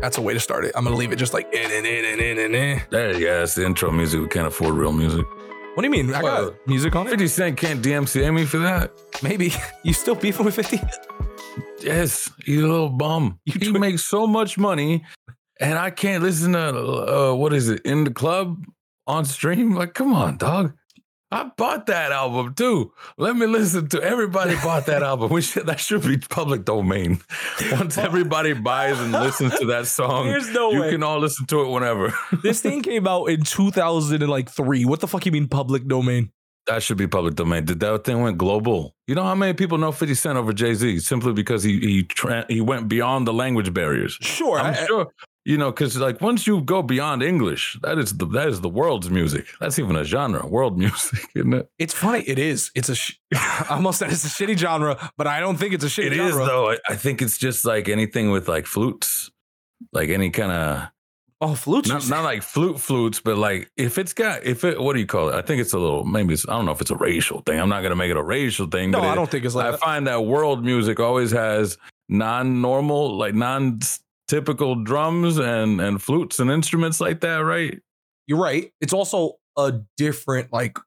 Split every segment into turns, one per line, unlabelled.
That's a way to start it. I'm gonna leave it just like eh, eh, eh, eh, eh, eh, eh.
There you go. That's the intro music. We can't afford real music.
What do you mean? I
Well,
got music on it?
50 Cent can't DMCA me for that.
Maybe. You still beefing with 50?
Yes, he's a little bum.
You
he
twi-
makes so much money, and I can't listen to uh, what is it in the club on stream? Like, come on, dog. I bought that album too. Let me listen to everybody bought that album. We should, that should be public domain. Once everybody buys and listens to that song,
There's no
you
way.
can all listen to it whenever.
this thing came out in 2003. What the fuck you mean public domain?
That should be public domain. Did that thing went global? You know how many people know Fifty Cent over Jay Z simply because he he tra- he went beyond the language barriers.
Sure.
I'm
I- I-
sure you know because like once you go beyond English, that is the that is the world's music. That's even a genre, world music, isn't it?
it's funny. It is. It's a. Sh- I almost said it's a shitty genre, but I don't think it's a shitty
It is
genre.
though. I, I think it's just like anything with like flutes, like any kind of
Oh, flutes.
not not like flute flutes, but like if it's got if it what do you call it? I think it's a little maybe it's I don't know if it's a racial thing. I'm not gonna make it a racial thing.
no,
but
I
it-
don't think it's like.
I
that.
find that world music always has non-normal, like non-typical drums and and flutes and instruments like that, right?
You're right. It's also a different like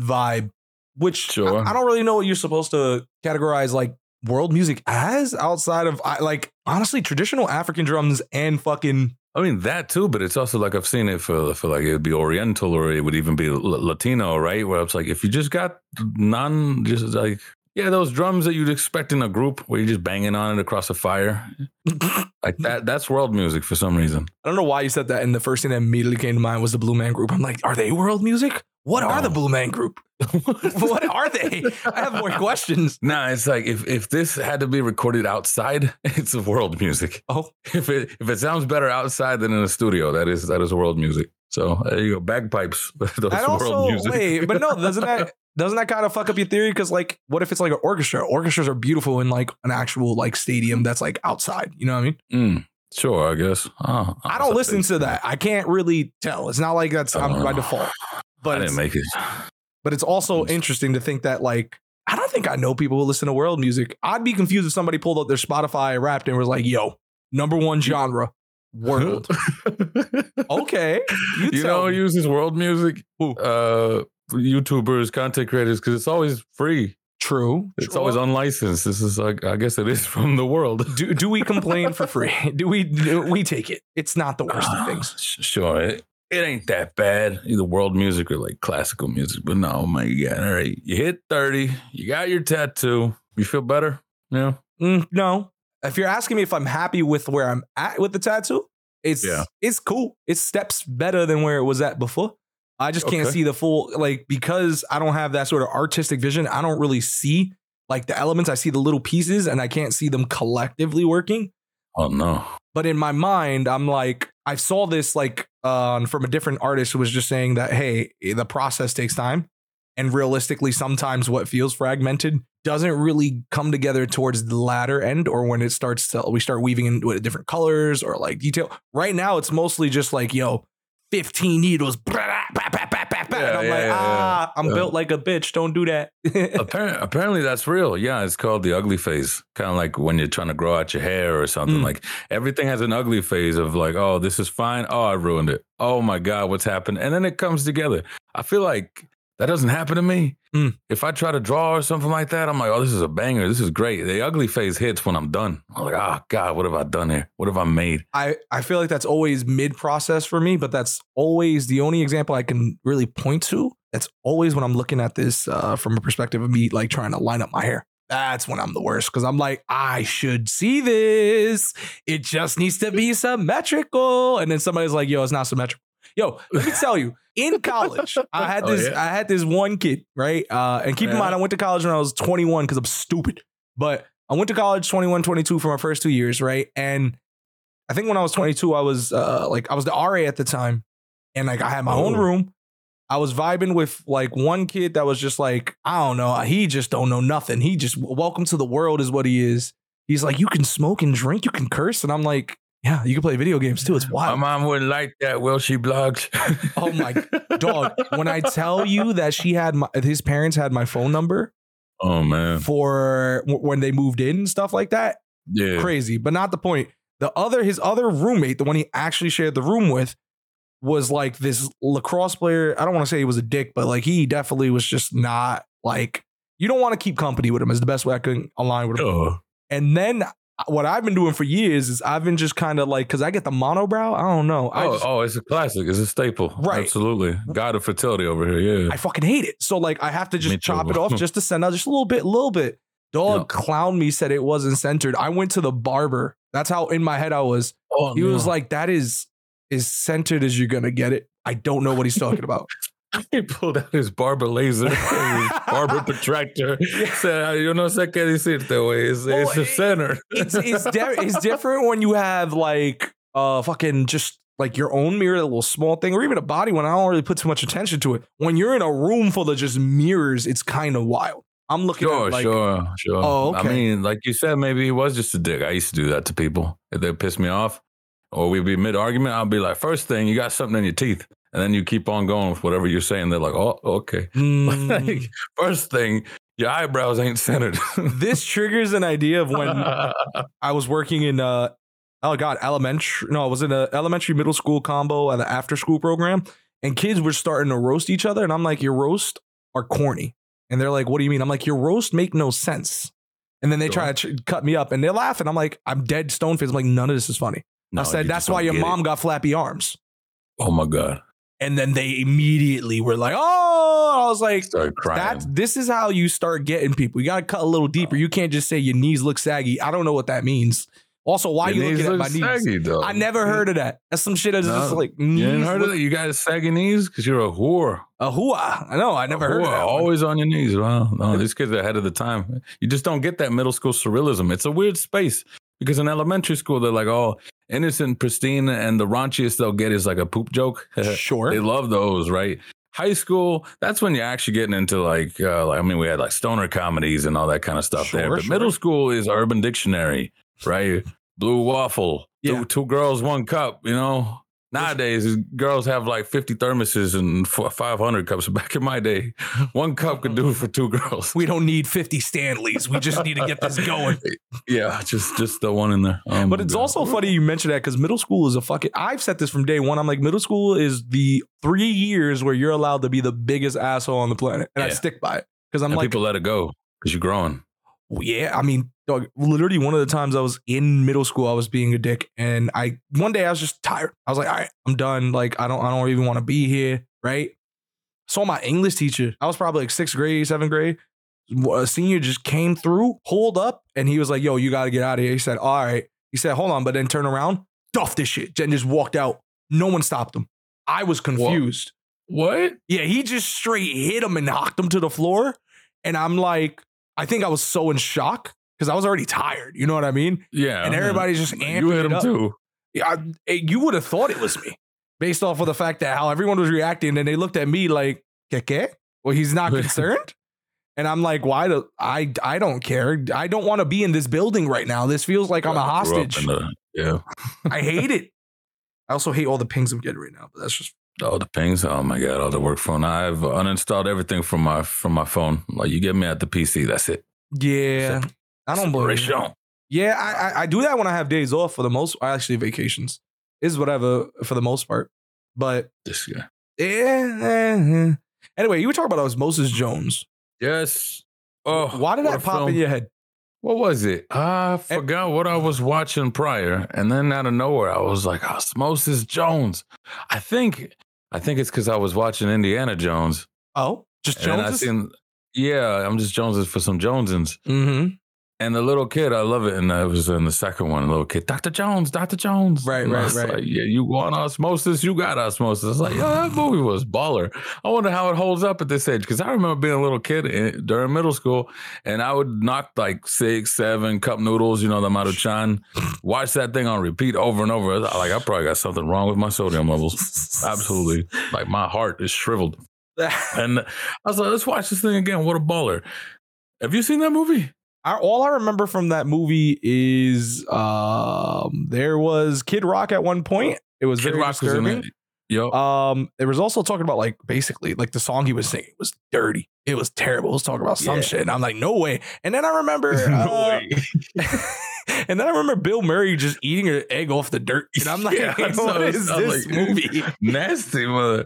vibe, which I-
Sure.
I, don't really know what you're supposed to categorize like world music as outside of I like honestly traditional African drums and fucking
I mean that too, but it's also like I've seen it for for like it'd be Oriental or it would even be L- Latino, right? Where it's like if you just got non, just like yeah, those drums that you'd expect in a group where you're just banging on it across a fire,
I
like that. That's world music for some reason.
don't know why you said that and the first thing that immediately came to mind was the Blue Man Group. I'm like, are they world music? What are
No.
the Blue Man Group? what are they? I have more questions.
Nah, it's like if if this had to be recorded outside, it's world music.
Oh.
if it if it sounds better outside than in a studio, that is that is world music. So there you go, bagpipes. Those
And
world
also,
music.
wait, but no, doesn't that doesn't that kind of fuck up your theory? Because like, what if it's like an orchestra? Orchestras are beautiful in like an actual like stadium that's like outside. You know what I mean?
Mm, sure, I guess. Uh,
I don't listen to that. I can't really tell. It's not like that's I'm by
Uh,
default.
I
But
didn't
it's,
make it.
but it's also
Understood.
interesting to think that like I don't think I know people who listen to world music. I'd be confused if somebody pulled out their Spotify and rapped and was like, "Yo, number one genre, world." okay, you,
you
tell
know, who
me.
uses world music.
Who?
Uh, YouTubers, content creators, because it's always free.
true.
It's
True.
always unlicensed. This is like, I guess it is from the world.
do do we complain for free? Do we do we take it? It's not the worst of things.
Ah, Sh- Sure, it, it ain't that bad. Either world music or like classical music. But no, my God. All right. You hit 30, you got your tattoo. You feel better? Yeah.
Mm, no. If you're asking me if I'm happy with where I'm at with the tattoo, it's
Yeah.
it's cool. It's steps better than where it was at before. I just can't
Okay.
see the full like because I don't have that sort of artistic vision. I don't really see like the elements. I see the little pieces, and I can't see them collectively working
Oh, no.
but in my mind i'm like i saw this like um, from a different artist who was just saying that hey eh, the process takes time and realistically sometimes what feels fragmented doesn't really come together towards the latter end or when it starts to we start weaving into it different colors or like detail right now it's mostly just like yo 15 needles blah, blah, blah, blah, blah, blah.
Yeah,
and i'm
yeah,
like
yeah, yeah.
ah i'm
Yeah.
built like a bitch don't do that
Apparently, apparently, that's real. Yeah. It's called the ugly phase. Kind of like when you're trying to grow out your hair or something.
Mm.
Like everything has an ugly phase of like, oh, this is fine. Oh, I ruined it. Oh, my God, what's happened? And then it comes together. I feel like that doesn't happen to me.
Mm.
If I try to draw or something like that, I'm like, oh, this is a banger. This is great. The ugly phase hits when I'm done. I'm like, oh, God, what have I done here? What have I made?
I, I feel like that's always mid process for me, but that's always the only example I can really point to. That's always when I'm looking at this uh, from a perspective of me like trying to line up my hair. That's when I'm the worst because I'm like, I should see this. It just needs to be symmetrical. And then somebody's like, yo, it's not symmetrical. Yo, let me tell you, in college, I had
Oh,
this,
yeah. Uh-huh.
I had this one kid, right? Uh, and keep in
Yeah.
mind, I went to college when I was 21 because I'm stupid. But I went to college 21, 22 for my first two years, right? And I think when I was 22, I was uh, like, I was the RA at the time. And like, I had my own
Oh.
room. I was vibing with like one kid that was just like, I don't know. He just don't know nothing. He just, welcome to the world is what he is. He's like, you can smoke and drink, you can curse. And I'm like, yeah, you can play video games too. It's
My
wild.
mom wouldn't like that. Will she blogs?
Oh, my Dog, when I tell you that she had my, his parents had my phone number
Oh, man.
for w- when they moved in and stuff like that,
Yeah.
crazy, but not the point. The other, his other roommate, the one he actually shared the room with, was like this lacrosse player. I don't want to say he was a dick, but like he definitely was just not like you don't want to keep company with him. Is the best way I can align with him.
Oh,
And then uh, what I've been doing for years is I've been just kind of like because I get the monobrow. I don't know. I
oh,
just-
oh, it's a classic. It's a staple.
Right.
Absolutely. God of fertility over here. Yeah.
I fucking hate it. So like I have to
Me
just
too.
chop it off just to send out just a little bit, little bit. Dog clown me said it wasn't centered. I went to the barber. That's how in my head I was.
oh,
He was like, "That is as centered as you're gonna get it." I don't know what he's talking about.
he pulled out his barber laser, his barber protractor. Said, "You know, sé qué decirte, güey. It's,
Oh,
it's the
it-
center.
it's it's, di- it's different when you have like uh fucking just like your own mirror, a little small thing, or even a body one. I don't really put too much attention to it. When you're in a room full of just mirrors, it's kind of wild. I'm looking
Sure,
at like
sure, sure.
Oh,
I
okay.
mean, like you said, maybe he was just a dick. I used to do that to people if they pissed me off, or we'd be mid argument. I'd be like, first thing, you got something in your teeth, and then you keep on going with whatever you're saying. They're like, oh, okay.
mm,
like, first thing, your eyebrows ain't centered.
this triggers an idea of when I was working in uh oh god elementary no I was in a elementary middle school combo at the after school program and kids were starting to roast each other and I'm like your roast are corny and they're like what do you mean I'm like your roast make no sense and then they try to ch- cut me up and they're laughing I'm like I'm dead stone faced I'm like none of this is funny
No,
I said
you
that's
just don't
why your
get it.
mom got flappy arms
Oh my god,
and then they immediately were like oh I was like
started crying.
that's this is how you start getting people. You gotta cut a little deeper. You can't just say your knees look saggy. I don't know what that means. Also, why
Your
are you
knees
looking at
look
my knees?
saggy, though.
I never heard of that. That's some shit. That's
No.
just like
You
knees
didn't heard of
look-
that? You got saggy knees because you're a whore.
a hua. I know. I never heard of
Whoa,
that. one.
Always on your knees. Wow. No, these kids are ahead of the time. You just don't get that middle school surrealism. It's a weird space because in elementary school, they're like all innocent, pristine, and the raunchiest they'll get is like a poop joke. they
Sure.
love those, right? High school, that's when you're actually getting into like, uh, like- I mean, we had like stoner comedies and all that kind of stuff there.
Sure,
But
sure.
middle school is Urban Dictionary, right? Blue waffle, two-
Yeah.
two, girls, one cup, you know? Nowadays, girls have like 50 thermoses and f- 500 cups. Back in my day, one cup could do for two girls.
We don't need 50 Stanleys. We just need to get this going.
Yeah, just just the one in there. Oh
But
my
it's
God.
also funny you mentioned that because middle school is a fucking. I've said this from day one. I'm like, middle school is the three years where you're allowed to be the biggest asshole on the planet. And I
Yeah.
stick by it because I'm
And
like,
people let it go because you're growing.
Well, yeah, I mean, dog, literally one of the times I was in middle school, I was being a dick, and I one day I was just tired. I was like, all right, I'm done. Like, I don't, I don't even want to be here, right? Saw my English teacher. I was probably like sixth grade, seventh grade. A senior just came through, pulled up, and he was like, "Yo, you got to get out of here." He said, "All right." He said, "Hold on," but then turned around, duffed this shit, and just walked out. No one stopped him. I was confused.
What?
Yeah, he just straight hit him and knocked him to the floor. And I'm like, I think I was so in shock because I was already tired. You know what I mean?
Yeah.
And
I mean,
everybody's just amping
You hit
it
him
up.
too.
Yeah, I- eh, you would have thought it was me based off of the fact that how everyone was reacting. And they looked at me like, Keke? Well, he's not concerned. And I'm like, why do I? I don't care. I don't want to be in this building right now. This feels like I'm a
I grew up
hostage.
in the- yeah.
I hate it. I also hate all the pings I'm getting right now. But that's just
All the pings. Oh my god, all the work phone. I've uninstalled everything from my from my phone. Like you get me at the PC, that's it.
yeah. I don't blame you.
Separation.
Yeah, I, I I do that when I have days off for the most. I actually vacations is whatever for the most part. But
This guy.
eh, eh, eh. anyway, you were talking about Osmosis Jones.
Yes. Oh,
why did
what a
that pop
film.
in your Eh head?
What was it? I forgot what I was watching prior, and then out of nowhere, I was like, Osmosis Jones. I think, I think it's because I was watching Indiana Jones,
Oh, just
and then I
Jones.
seen. Yeah, I'm just Joneses for some Jonesins.
Mm-hmm.
And the little kid, I love it. And I was in the second one, little kid, Dr. Jones, Dr. Jones.
Right,
And I
right,
was
right.
like, yeah, you want osmosis? You got osmosis. I was like, yeah, that movie was baller. I wonder how it holds up at this age. Cause I remember being a little kid in, during middle school and I would knock like six, seven cup noodles, you know, the Maruchan, watch that thing on repeat over and over. Like, I probably got something wrong with my sodium levels. Absolutely. Like, my heart is shriveled. And I was like, let's watch this thing again. What a baller. Have you seen that movie?
I, all I remember from that movie is um there was Kid Rock at one point. It was very disturbing.
Yo,
Um, there was also talking about like basically like the song he was singing was dirty. It was terrible. It was talking about some
Yeah.
shit, and I'm like, no way. And then I remember, uh,
way.
and uh, And then I remember Bill Murray just eating an egg off the dirt. And I'm like,
Yeah, that's what
what
I
is
was- I
this
was like-
movie?
Nasty mother.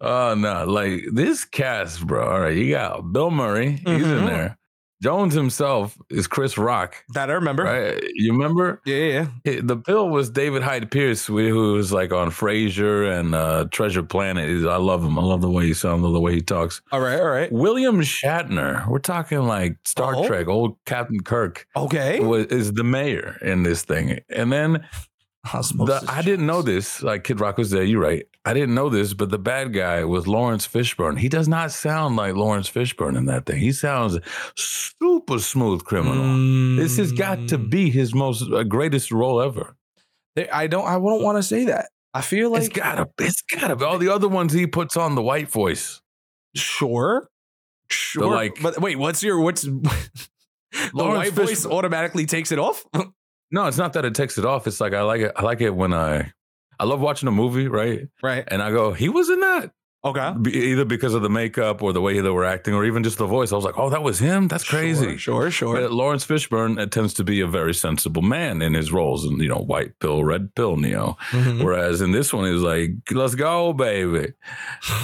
Oh no, like this cast, bro. All right, you got Bill Murray, he's in
Mhm.
there. Jones himself is Chris Rock,
That I remember.
right? You remember
Yeah, yeah, yeah.
It- the Bill was David Hyde Pierce, wh- who was like on Frasier and uh, Treasure Planet. He's- I love him. I love the way he sounds, I love the way he talks.
All right, all right.
William Shatner, we're talking like Star
Oh.
Trek, old Captain Kirk,
Okay.
was, is the mayor in this thing, and then the, I didn't know this. Like Kid Rock was there. You're right. I didn't know this, but the bad guy was Lawrence Fishburne. He does not sound like Lawrence Fishburne in that thing. He sounds super smooth criminal. This has got to
Mm.
be his most uh, greatest role ever.
They- I don't. I wouldn't want to say that. I feel
it's
like
gotta. It's gotta be. All the other ones he puts on the white voice.
sure, sure.
like-
but wait, what's your what's the
Lawrence
white voice
Fishburne-
automatically takes it off?
No, it's not that it takes it off. It's like I like it. I like it when I. I love watching a movie, right?
right.
And I go, he was in that.
Okay.
Be- Either because of the makeup or the way they were acting or even just the voice. I was like, oh, that was him? That's crazy.
Sure. Sure.
But Lawrence Fishburne uh, tends to be a very sensible man in his roles, and you know, white pill, red pill, Neo.
Mhm.
Whereas in this one, he's like, "Let's go, baby,"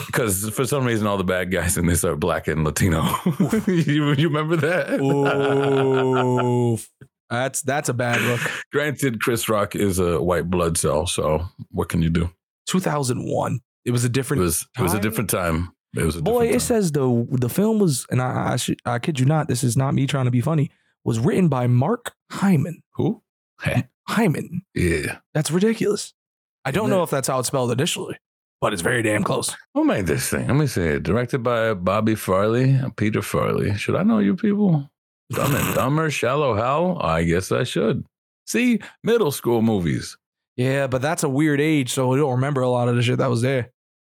because for some reason, all the bad guys in this are black and Latino. you, you remember that?
Ooh, that's that's a bad look.
Granted, Chris Rock is a white blood cell, so what can you do?
2001. It was a
It
different
was it was a
Time?
different time. It was a
boy. It
Different time.
says the the film was, and I I, should, I kid you not, this is not me trying to be funny. Was written by Mark Hyman.
Who? Hey.
Hyman.
Yeah.
That's ridiculous. I don't
Isn't
know if that's how it's spelled initially, but it's very damn close.
Who made this thing? Let me see. it. Directed by Bobby Farley, and Peter Farley. Should I know you people? Dumb and Dumber, Shallow Hal. I guess I should. See, middle school movies.
Yeah, but that's a weird age, so I don't remember a lot of the shit that was there.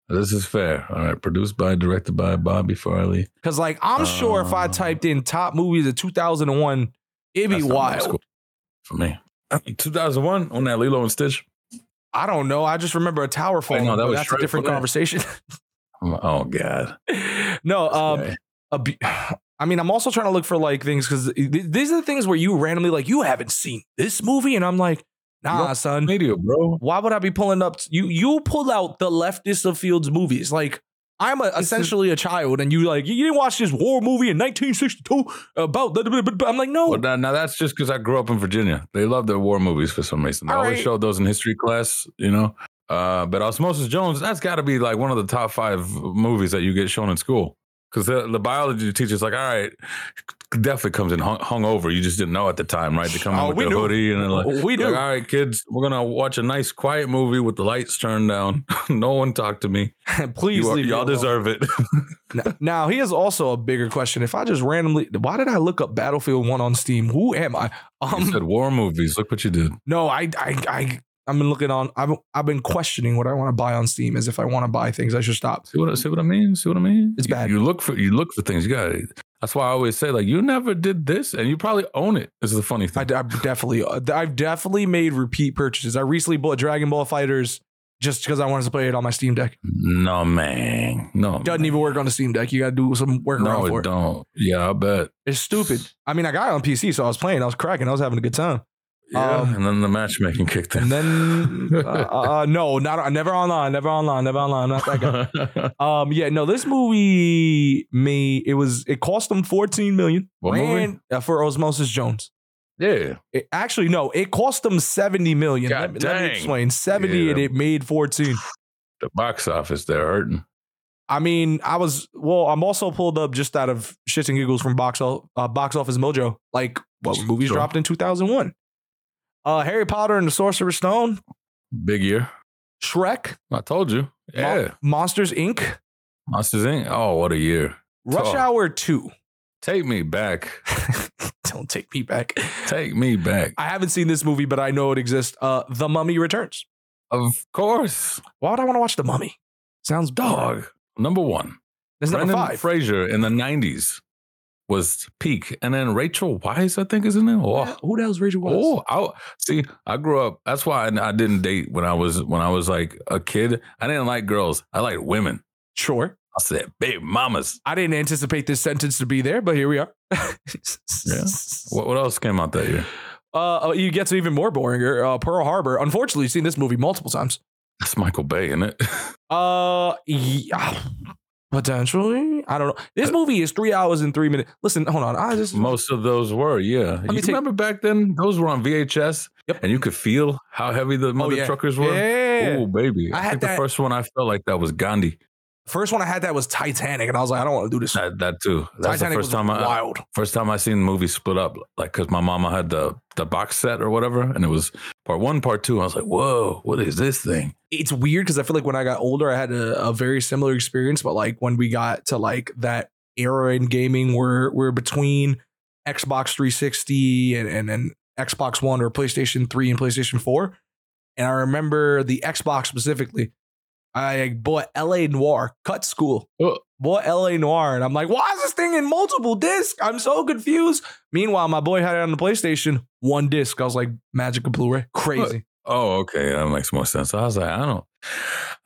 This is fair. All right. Produced by, directed by Bobby Farley.
Cause like I'm sure if I
Uh.
typed in top movies of 2001, it'd be
That's not middle
wild.
school For me. 2001 on that Lilo and Stitch.
I don't know. I just remember a tower falling.
Oh, no, that
but
was
that's a
Shrek
different
for that.
conversation.
Oh, God.
no,
This
um,
guy.
abu- I mean, I'm also trying to look for like things because th- these are the things where you randomly like you haven't seen this movie, and I'm like, nah,
Nope.
son.
Media, bro.
Why would I be pulling up? t- you you pull out the leftist of Fields movies. Like I'm a,
is-
essentially a child, and you like you didn't watch this war movie in 1962 about. blah, blah, blah, blah." I'm like, no,
Well, now, now that's just because I grew up in Virginia. They love their war movies for some reason. They
All
always
right.
showed those in history class, you know. Uh, but Osmosis Jones, that's got to be like one of the top five movies that you get shown in school. Because the, the biology teacher's like, all right, definitely comes in hung, hungover. You just didn't know at the time, right? They come
Oh,
in
we
with their
knew.
hoodie and they're like,
we do.
like, all right, kids, we're gonna watch a nice, quiet movie with the lights turned down. no one talk to me.
Please
You are-
leave me
y'all
alone.
deserve it.
Now- Now here's also a bigger question. If I just randomly, why did I look up Battlefield One on Steam? Who am I? Um,
you said war movies. Look what you did.
No, I, I, I, I've been looking on. I've, I've been questioning what I want to buy on Steam as if I want to buy things I should stop.
See what I- see what I mean? See what I mean?
It's
You-
bad.
You, look for you look for things. You got it. That's why I always say like you never did this, and you probably own it. This is the funny
I,
thing.
have definitely, uh, I've definitely made repeat purchases. I recently bought Dragon Ball Fighters just because I wanted to play it on my Steam Deck.
no man, no.
Doesn't
man.
even work on the Steam Deck. You got to do some workaround
No,
for
it
it.
don't. Yeah, I bet.
It's stupid. I mean, I got it on PC, so I was playing. I was cracking. I was having a good time.
Yeah,
Um,
and then the matchmaking kicked in.
And then, uh, uh, uh, no, not never online, never online, never online. Not that guy. Um, yeah, no, this movie made it was it cost them 14 million
What movie?
And, uh, for Osmosis Jones.
yeah,
It, actually, no, it cost them 70 million.
God
let, me- let me
dang.
explain 70 and
Yeah.
it made 14.
the box office they're hurting.
I mean, I was well, I'm also pulled up just out of shits and giggles from box o- uh, box office mojo. Like what movies
Sure.
dropped in 2001? Uh, Harry Potter and the Sorcerer's Stone,
Big year.
Shrek,
I told you.
Mo-
Yeah,
Monsters Inc.,
Monsters Inc. Oh, what a year.
Rush
Tough.
Hour 2.
Take me back.
Don't take me back.
Take me back.
I haven't seen this movie, but I know it exists. Uh, The Mummy Returns.
Of course,
Why would I want to watch The Mummy? Sounds dog.
dog number one.
That's number
Brendan
five.
Fraser in the '90s was peak, and then Rachel Weisz, I think, is in there. Oh,
Who the hell's Rachel Weisz?
Oh, I, see, I grew up. That's why I, I didn't date when I was when I was like a kid. I didn't like girls. I liked women.
Sure.
I said, "Babe, mamas."
I didn't anticipate this sentence to be there, but here we are.
What, what else came out that year?
Uh, you get to even more boring. Uh, Pearl Harbor. Unfortunately, you've seen this movie multiple times.
That's Michael Bay in it.
Uh, yeah, potentially. I don't know.
Uh,
This movie is three hours and three minutes. Listen, hold on. I just
Most of those were, yeah.
me
You
take-
remember back then? Those were on VHS.
Yep. Oh,
And you could feel how heavy the mother
yeah.
truckers were.
yeah.
Oh baby!
I
I,
had
think
that-
the first one I felt like that was Gandhi.
First one I had that was Titanic, and I was like, I don't want to do this.
That, that too. That's
Titanic
the first
was
time I
wild.
first time I seen the movie split up. Like because my mama had the the box set or whatever, and it was part one, part two. I was like, whoa, what is this thing?
it's weird because I feel like when I got older, I had a, a very similar experience. But like when we got to like that era in gaming where we're between Xbox 360 and, and and Xbox One or PlayStation 3 and PlayStation 4, and I remember the Xbox specifically. I bought LA Noir, cut school,
Oh.
bought LA Noir, and I'm like, why is this thing in multiple discs? I'm so confused. Meanwhile, my boy had it on the PlayStation, one disc. I was like, magic of Blu-ray, crazy.
Oh, okay, that makes more sense. I was like, I don't,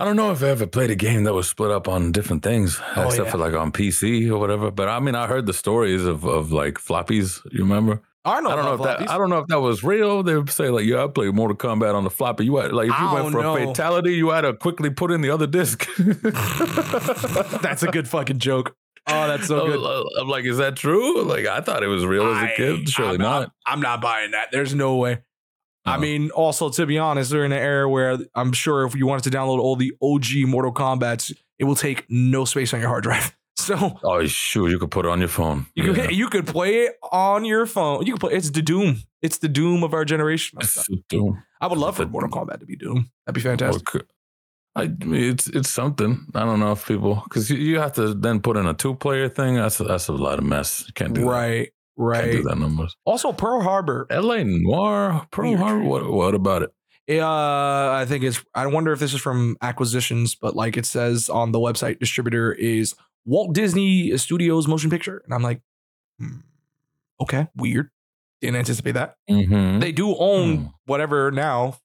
I don't know if I ever played a game that was split up on different things,
Oh,
except
yeah.
for like on PC or whatever. But I mean, I heard the stories of of like floppies. You remember?
I
I don't know if
about
that
these-
I don't know if that was real. They would say like, yeah, I played Mortal Kombat on the floppy. You had like if you
I don't
went for
know.
a fatality, you had to quickly put in the other disc.
that's a good fucking joke. Oh, that's so
I'm-
good.
I'm like, is that true? Like, I thought it was real as a
I-
kid. Surely
I'm
not.
I'm not buying that. There's no way. I
No.
mean, also to be honest, they're in an era where I'm sure if you wanted to download all the OG Mortal Kombat's, it will take no space on your hard drive. So
Oh, shoot! You could put it on your phone.
you
Yeah.
could you could play it on your phone. You can play. It's the Doom. It's the Doom of our generation.
Doom.
I would love for Mortal Kombat to be Doom. That'd be fantastic.
Okay. I mean, it's it's something. I don't know if people because you, you have to then put in a two player thing. That's that's a lot of mess. You can't do
Right,
that. Can't
right.
do that no more.
Also, Pearl Harbor.
L.A. Noir, Pearl
Weird.
Harbor. What what about it?
Uh, I think it's. I wonder if this is from acquisitions, but like it says on the website, distributor is Walt Disney Studios Motion Picture, and I'm like, hmm, okay, weird. Didn't anticipate that.
Mm-hmm.
They do own
Hmm.
whatever now,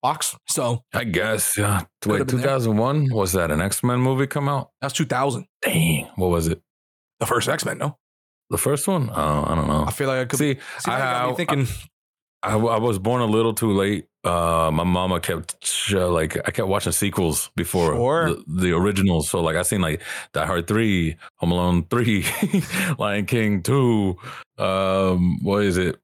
Fox. So
I guess. Yeah.
have
Wait,
been
two
there.
thousand one was that an X Men movie come out?
that's 2000,
Dang, what was it?
the first X Men. No,
The first one? Oh, I don't know.
I feel like I could. See,
See,
now you got me
I-
thinking.
I, w- I was born a little too late. Uh, my mama kept sh- like I kept watching sequels before
Sure.
the, the originals. So like I seen like Die Hard three, Home Alone three, Lion King two. Um, what is it?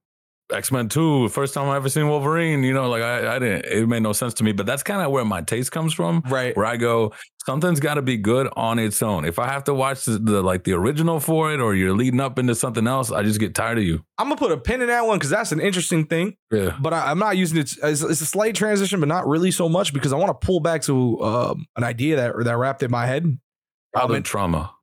X Men two. First time I ever seen Wolverine. You know, like I, I didn't. It made no sense to me. But that's kind of where my taste comes from.
right.
Where I go, something's got to be good on its own. If I have to watch the, the like the original for it, or you're leading up into something else, I just get tired of you.
I'm gonna put a pin in that one because that's an interesting thing.
Yeah.
but I, I'm not using it. It's, it's a slight transition, but not really so much because I want to pull back to um, an idea that that wrapped in my head. Um,
Probably
and-
trauma.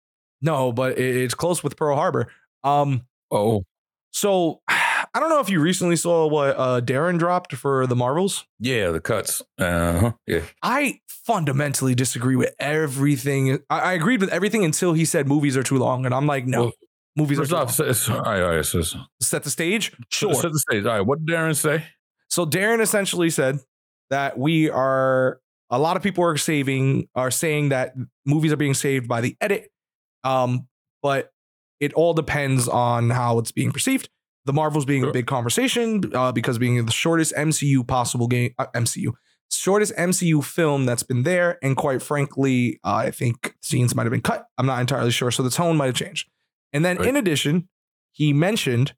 no, but it, it's close with Pearl Harbor. Um,
Oh,
so I don't know if you recently saw what uh, Darren dropped for the Marvels.
yeah, the cuts. Uh-huh. Yeah.
I fundamentally disagree with everything. I, I agreed with everything until he said movies are too long, and I'm like, no,
Well,
movies are
First
too
off,
long.
so it's- all right, all right, so it's-
Set the stage,
so
sure.
set the stage. All right, what did Darren say?
So Darren essentially said that we are a lot of people are saving are saying that movies are being saved by the edit. Um, but it all depends on how it's being perceived. The Marvels being a
Sure.
big conversation uh, because being the shortest MCU possible game, uh, MCU shortest MCU film that's been there, and quite frankly, uh, I think scenes might have been cut. I'm not entirely sure, so the tone might have changed. And then,
Right.
in addition, he mentioned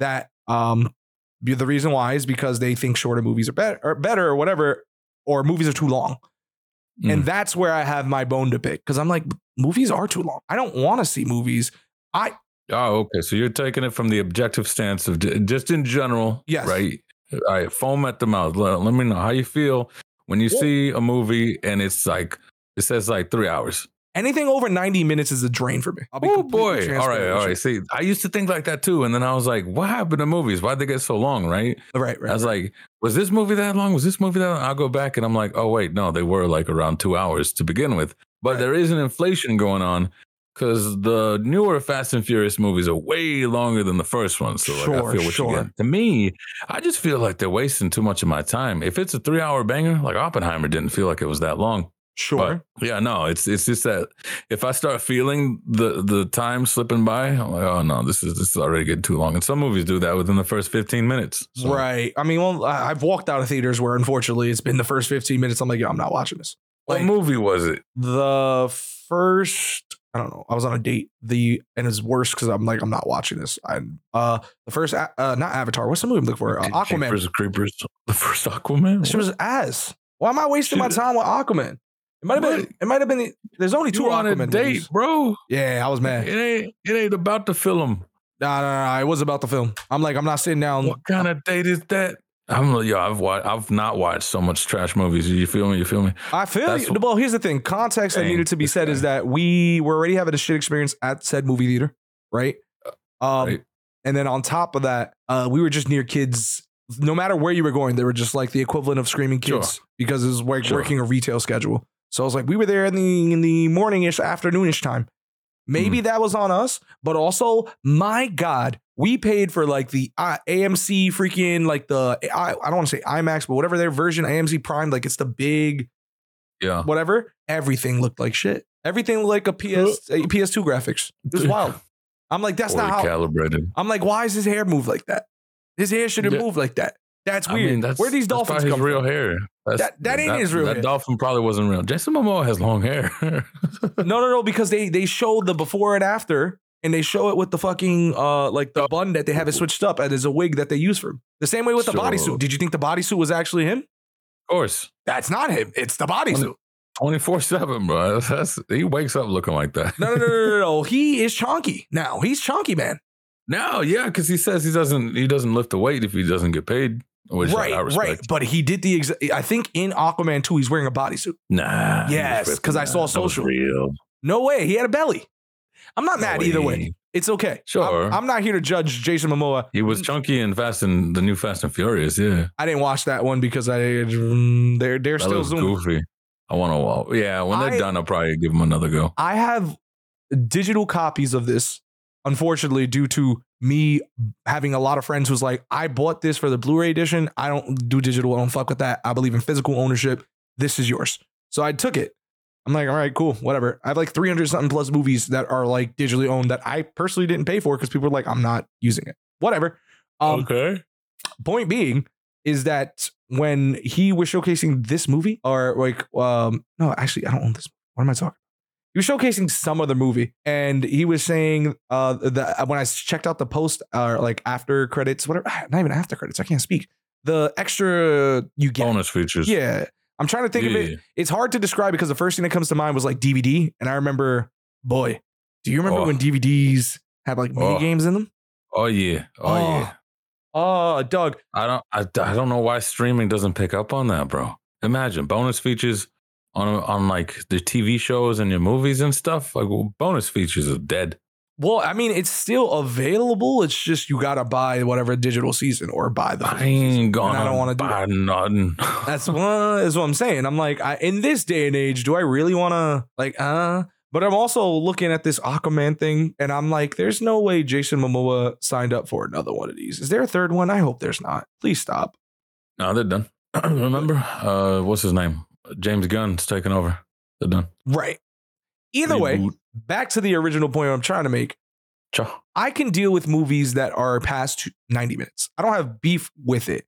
that um, be- the reason why is because they think shorter movies are better or better or whatever or movies are too long
Mm.
and that's where i have my bone to pick because i'm like movies are too long i don't want to see movies
Oh, okay. So you're taking it from the objective stance of j- just in general,
Yes.
right? All right, foam at the mouth. Let, let me know how you feel when you
Well-
see a movie and it's like it says like three hours.
anything over 90 minutes is a drain for me I'll be
Oh
completely
boy! All right,
transparent
all right.
with
See, I used to think like that too, and then I was like, "What happened to movies? Why'd they get so long?" Right?
you. right right
I was like, was this movie that long? Was this movie that long? I'll go back and I'm like, oh, wait, no, they were like around two hours to begin with. But
Right.
there is an inflation going on because the newer Fast and Furious movies are way longer than the first one. So like,
Sure,
I feel what
sure.
you get. To me, I just feel like they're wasting too much of my time. If it's a three hour banger, like Oppenheimer didn't feel like it was that long.
Sure.
But yeah, no, it's it's just that if I start feeling the the time slipping by, I'm like, oh no, this is this is already getting too long. And some movies do that within the first fifteen minutes. So,
Right. I mean, well, I- I've walked out of theaters where unfortunately it's been the first 15 minutes. I'm like, yo, I'm not watching this.
What
Like
movie was it?
the first, I don't know. I was on a date. The and it's worse because I'm like, I'm not watching this. I'm uh the first a- uh not Avatar. What's the movie I'm looking for? Uh, Aquaman.
Jeepers Creepers. The first Aquaman.
She was ass. Why am I wasting my
Shit.
time with Aquaman? It might have been.
What?
It might have been. the- There's only two
you on
Aquaman
a date,
movies.
bro.
Yeah, I was mad.
It ain't it ain't about the film.
Nah, nah, nah. It was about the film. I'm like, I'm not sitting down.
What kind of date is that? I'm like, yo, I've watched, I've not watched so much trash movies. You feel me? You feel me?
I feel
That's
you. Well, here's the thing. Context that
Dang,
needed to be
this
said
guy.
is that we were already having a shit experience at said movie theater, right? Um,
Uh, Right.
And then on top of that, uh, we were just near kids. No matter where you were going, they were just like the equivalent of screaming
Sure.
kids because it was like
Sure.
working a retail schedule. So I was like, we were there in the in the morningish, afternoonish time. Maybe
Mm.
that was on us, but also, my God, we paid for like the uh, I- AMC freaking like the I, I don't want to say IMAX, but whatever their version AMC Prime, like it's the big
Yeah.
whatever. Everything looked like shit. Everything looked like a PS a PS2 graphics. It was wild. I'm like, that's
Poorly
not how.
calibrated.
I'm like, why is his hair moved like that? His hair should have
Yeah.
moved like that. That's
I
weird.
mean, that's,
Where these
that's
dolphins
probably
come
his real
from?
hair. That's-
That- that ain't his real
That
hair.
dolphin probably wasn't real. Jason Momoa has long hair.
No, no, no. Because they they showed the before and after, and they show it with the fucking uh like the bun that they have it switched up, and it's a wig that they use for him. The same way with the
Sure.
bodysuit. Did you think the bodysuit was actually him?
of course,
That's not him. It's the bodysuit.
twenty four seven, bro. That's, he wakes up looking like that.
No, no, no, no, no, no. He is chonky now. He's chonky man.
No, yeah, because he says he doesn't he doesn't lift the weight if he doesn't get paid. Which
right,
I, I respect.
right. But he did the exact. I think in Aquaman 2, he's wearing a bodysuit.
Nah. I
Yes,
respect
'cause I
that.
saw
That was
social.
Real.
No way. He had a belly. I'm not mad
No
either way. It's okay. I'm-
Sure.
I'm, not here to judge Jason Momoa.
He was chunky and fast and the new Fast and Furious. Yeah,
I didn't watch that one because I mm, they're they're
that
still
looks
zooming.
goofy. I want to walk. Yeah, when they're
I-
done, I'll probably give him another go.
I have digital copies of this, unfortunately, due to me having a lot of friends who's like, I bought this for the Blu-ray edition. I don't do digital. I don't fuck with that. I believe in physical ownership. This is yours. So I took it. I'm like, all right, cool, whatever. I have like 300 something plus movies that are like digitally owned that I personally didn't pay for because people were like, I'm not using it. Whatever. Um,
okay.
point being is that when he was showcasing this movie or like um no actually i don't own this what am i talking he was showcasing some other movie and he was saying uh that when i checked out the post or like after credits whatever ah, not even after credits i can't speak the extra you get
Bonus features.
yeah i'm trying to think of it
Yeah.
it's hard to describe because the first thing that comes to mind was like dvd and i remember boy do you remember
Oh.
when dvds had like mini
Oh.
games in them
Oh yeah. Oh,
Oh.
yeah.
oh doug
I don't. I, I don't know why streaming doesn't pick up on that, bro. Imagine bonus features on on like the TV shows and your movies and stuff. Like well, bonus features are dead.
Well, I mean, it's still available. It's just you gotta buy whatever digital season or buy the.
I
physical season.
ain't gonna.
I don't wanna do
buy nothing.
That's what is what I'm saying. I'm like, I, in this day and age, do I really want to like? Uh, but I'm also looking at this Aquaman thing, and I'm like, there's no way Jason Momoa signed up for another one of these. Is there a third one? I hope there's not. Please stop.
no, they're done. Remember, uh, what's his name? James Gunn's taking over. They're done.
Right. Either way,
Reboot.
back to the original point I'm trying to make.
Ciao.
I can deal with movies that are past two- 90 minutes. I don't have beef with it.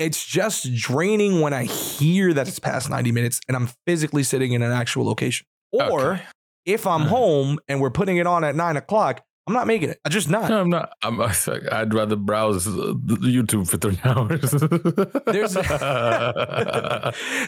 It's just draining when I hear that it's past 90 minutes and I'm physically sitting in an actual location. Or
Okay.
if I'm
Alright.
home and we're putting it on at nine o'clock, I'm not making it. I'm just not.
No, I'm not. I'm, I was like, I'd rather browse uh, the- the YouTube for three hours.
There's-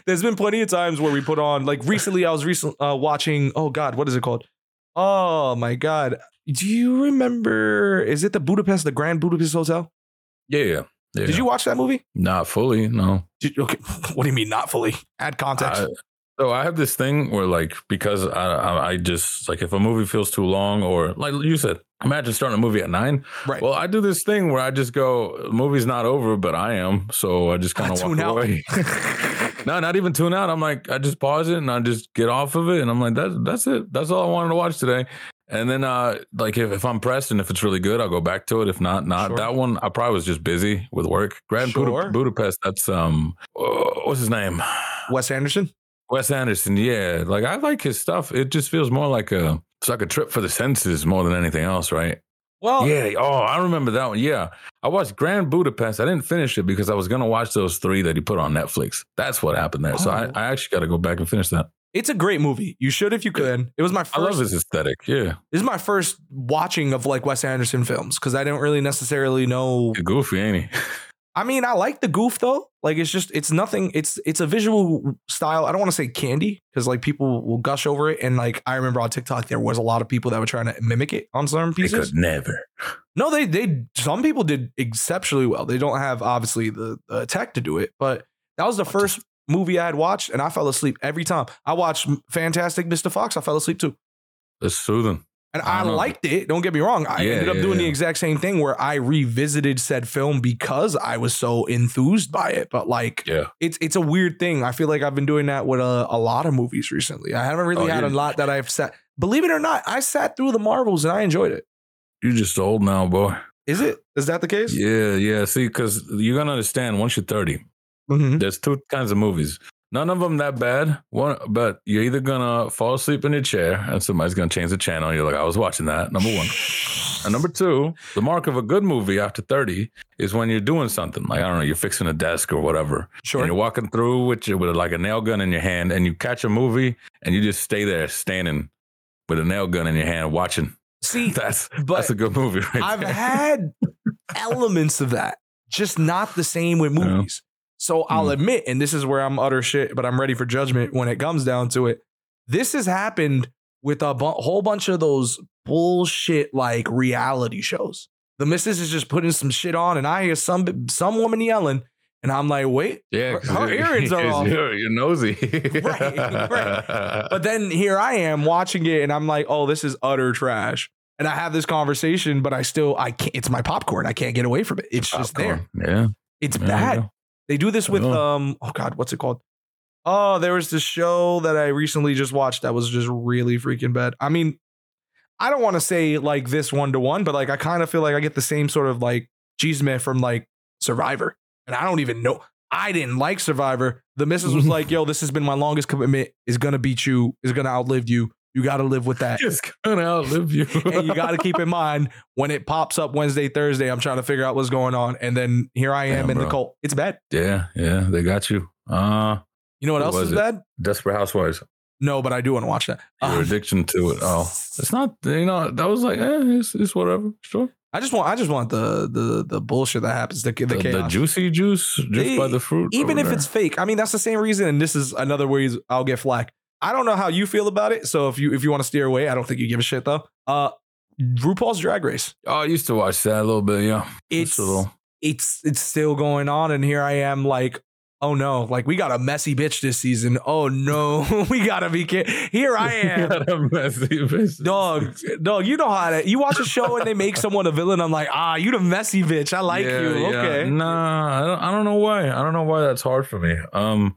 There's been plenty of times where we put on, like recently, I was recently uh, watching, oh God, what is it called? Oh my God. Do you remember? Is it the Budapest, the Grand Budapest Hotel?
yeah, yeah.
Did you watch that movie?
Not fully. No.
Did- okay. What do you mean, not fully? Add context.
I- so I have this thing where, like, because I, I, I just like if a movie feels too long, or like you said, imagine starting a movie at nine.
Right.
Well, I do this thing where I just go, movie's not over, but I am, so I just kind of walk
Tune out.
away.
Uh,
no, not even tune out. I'm like, I just pause it and I just get off of it, and I'm like, that, that's it. That's all I wanted to watch today. And then, uh, like if, if I'm pressed and if it's really good, I'll go back to it. If not, not
Sure.
that one. I probably was just busy with work. Grand Buda-
Sure.
Budapest. That's um, uh, what's his name?
Wes Anderson.
Wes Anderson, yeah. Like I like his stuff. It just feels more like a it's like a trip for the senses more than anything else, right?
Well,
Yeah. Oh, I remember that one. Yeah. I watched Grand Budapest. I didn't finish it because I was gonna watch those three that he put on Netflix. That's what happened there. So I,
Oh.
I actually gotta go back and finish that.
it's a great movie. You should if you could. It was my first
I love his aesthetic. Yeah.
this is my first watching of like Wes Anderson films because I didn't really necessarily know.
He's goofy, ain't he?
I mean, I like the goof though. Like it's just it's nothing. It's it's a visual style. I don't want to say candy because like people will gush over it. And like I remember on TikTok there was a lot of people that were trying to mimic it on certain
He
pieces.
could never.
No, they they some people did exceptionally well. They don't have obviously the, the tech to do it, but that was the first movie I had watched, and I fell asleep every time. I watched Fantastic Mr. Fox. I fell asleep too.
It's soothing.
And
I
I,
don't know.
liked it. Don't get me wrong. I
Yeah,
ended up
yeah,
doing the
yeah.
exact same thing where I revisited said film because I was so enthused by it. But like,
Yeah.
it's it's a weird thing. I feel like I've been doing that with a, a lot of movies recently. I haven't really
Oh,
had a
yeah.
lot that I've sat. Believe it or not, I sat through the Marvels and I enjoyed it.
You're just old now, boy.
Is it? Is that the case?
Yeah, yeah. See, because you're gonna understand once you're 30.
Mhm.
There's two kinds of movies. None of them that bad. One, but you're either gonna fall asleep in your chair and somebody's gonna change the channel. You're like, I was watching that. Number one. And number two, the mark of a good movie after 30 is when you're doing something. Like, I don't know, you're fixing a desk or whatever. And you're
Sure.
walking through with, your, with like a nail gun in your hand and you catch a movie and you just stay there standing with a nail gun in your hand watching.
See,
That's
but
that's a good movie right
I've
there.
had elements of that, just not the same with
Yeah.
movies. So I'll
Mm.
admit, and this is where I'm utter shit, but I'm ready for judgment when it comes down to it. This has happened with a bu- whole bunch of those bullshit like reality shows. The missus is just putting some shit on, and I hear some some woman yelling, and I'm like, wait.
Yeah, 'cause
Her
you're-
earrings are
'cause
off.
You're, you're nosy.
Right, right. But then here I am watching it, and I'm like, oh, this is utter trash. And I have this conversation, but I still I can't. It's my popcorn. I can't get away from it. It's just there.
Popcorn. Oh, Yeah.
It's
there you
bad.
go.
They do this with
Oh.
um oh god, what's it called? Oh, there was this show that I recently just watched that was just really freaking bad. I mean, I don't want to say like this one to one, but like I kind of feel like I get the same sort of like cheese man from like Survivor. And I don't even know. I didn't like Survivor. The missus was like, yo, this has been my longest commitment, is gonna beat you, is gonna outlive you. You gotta live with that.
Just gonna outlive you.
and you gotta keep in mind when it pops up Wednesday, Thursday, I'm trying to figure out what's going on. And then here I am
Damn,
in the
bro.
cult. It's bad.
yeah, yeah, they got you. Uh
You know what
What
else
was
is
it?
bad?
Desperate Housewives.
No, but I do want to watch that.
Your
Uh,
addiction to it. Oh, it's not. You know, that was like, eh, it's, it's whatever. Sure.
I just want I just want the the the bullshit that happens. The, the,
The, the
chaos.
juicy juice just
They-
by the fruit.
Even if
over
it's fake. I mean, that's the same reason. And this is another way I'll get flack. I don't know how you feel about it. So if you if you want to steer away, I don't think you give a shit though. Uh, RuPaul's Drag Race.
there. Oh, I used to watch that a little bit. Yeah,
It's
a little.
it's it's still going on, and here I am like. Oh no, like we got a messy bitch this season. Oh no, we gotta be kidding. Here I am. Dog, dog, you know how that. You watch a show and they make someone a villain. I'm like, ah, you the messy bitch. I like
Yeah,
you.
yeah. Mm.
Okay.
Nah, I don't, I don't know why. I don't know why that's hard for me. Um,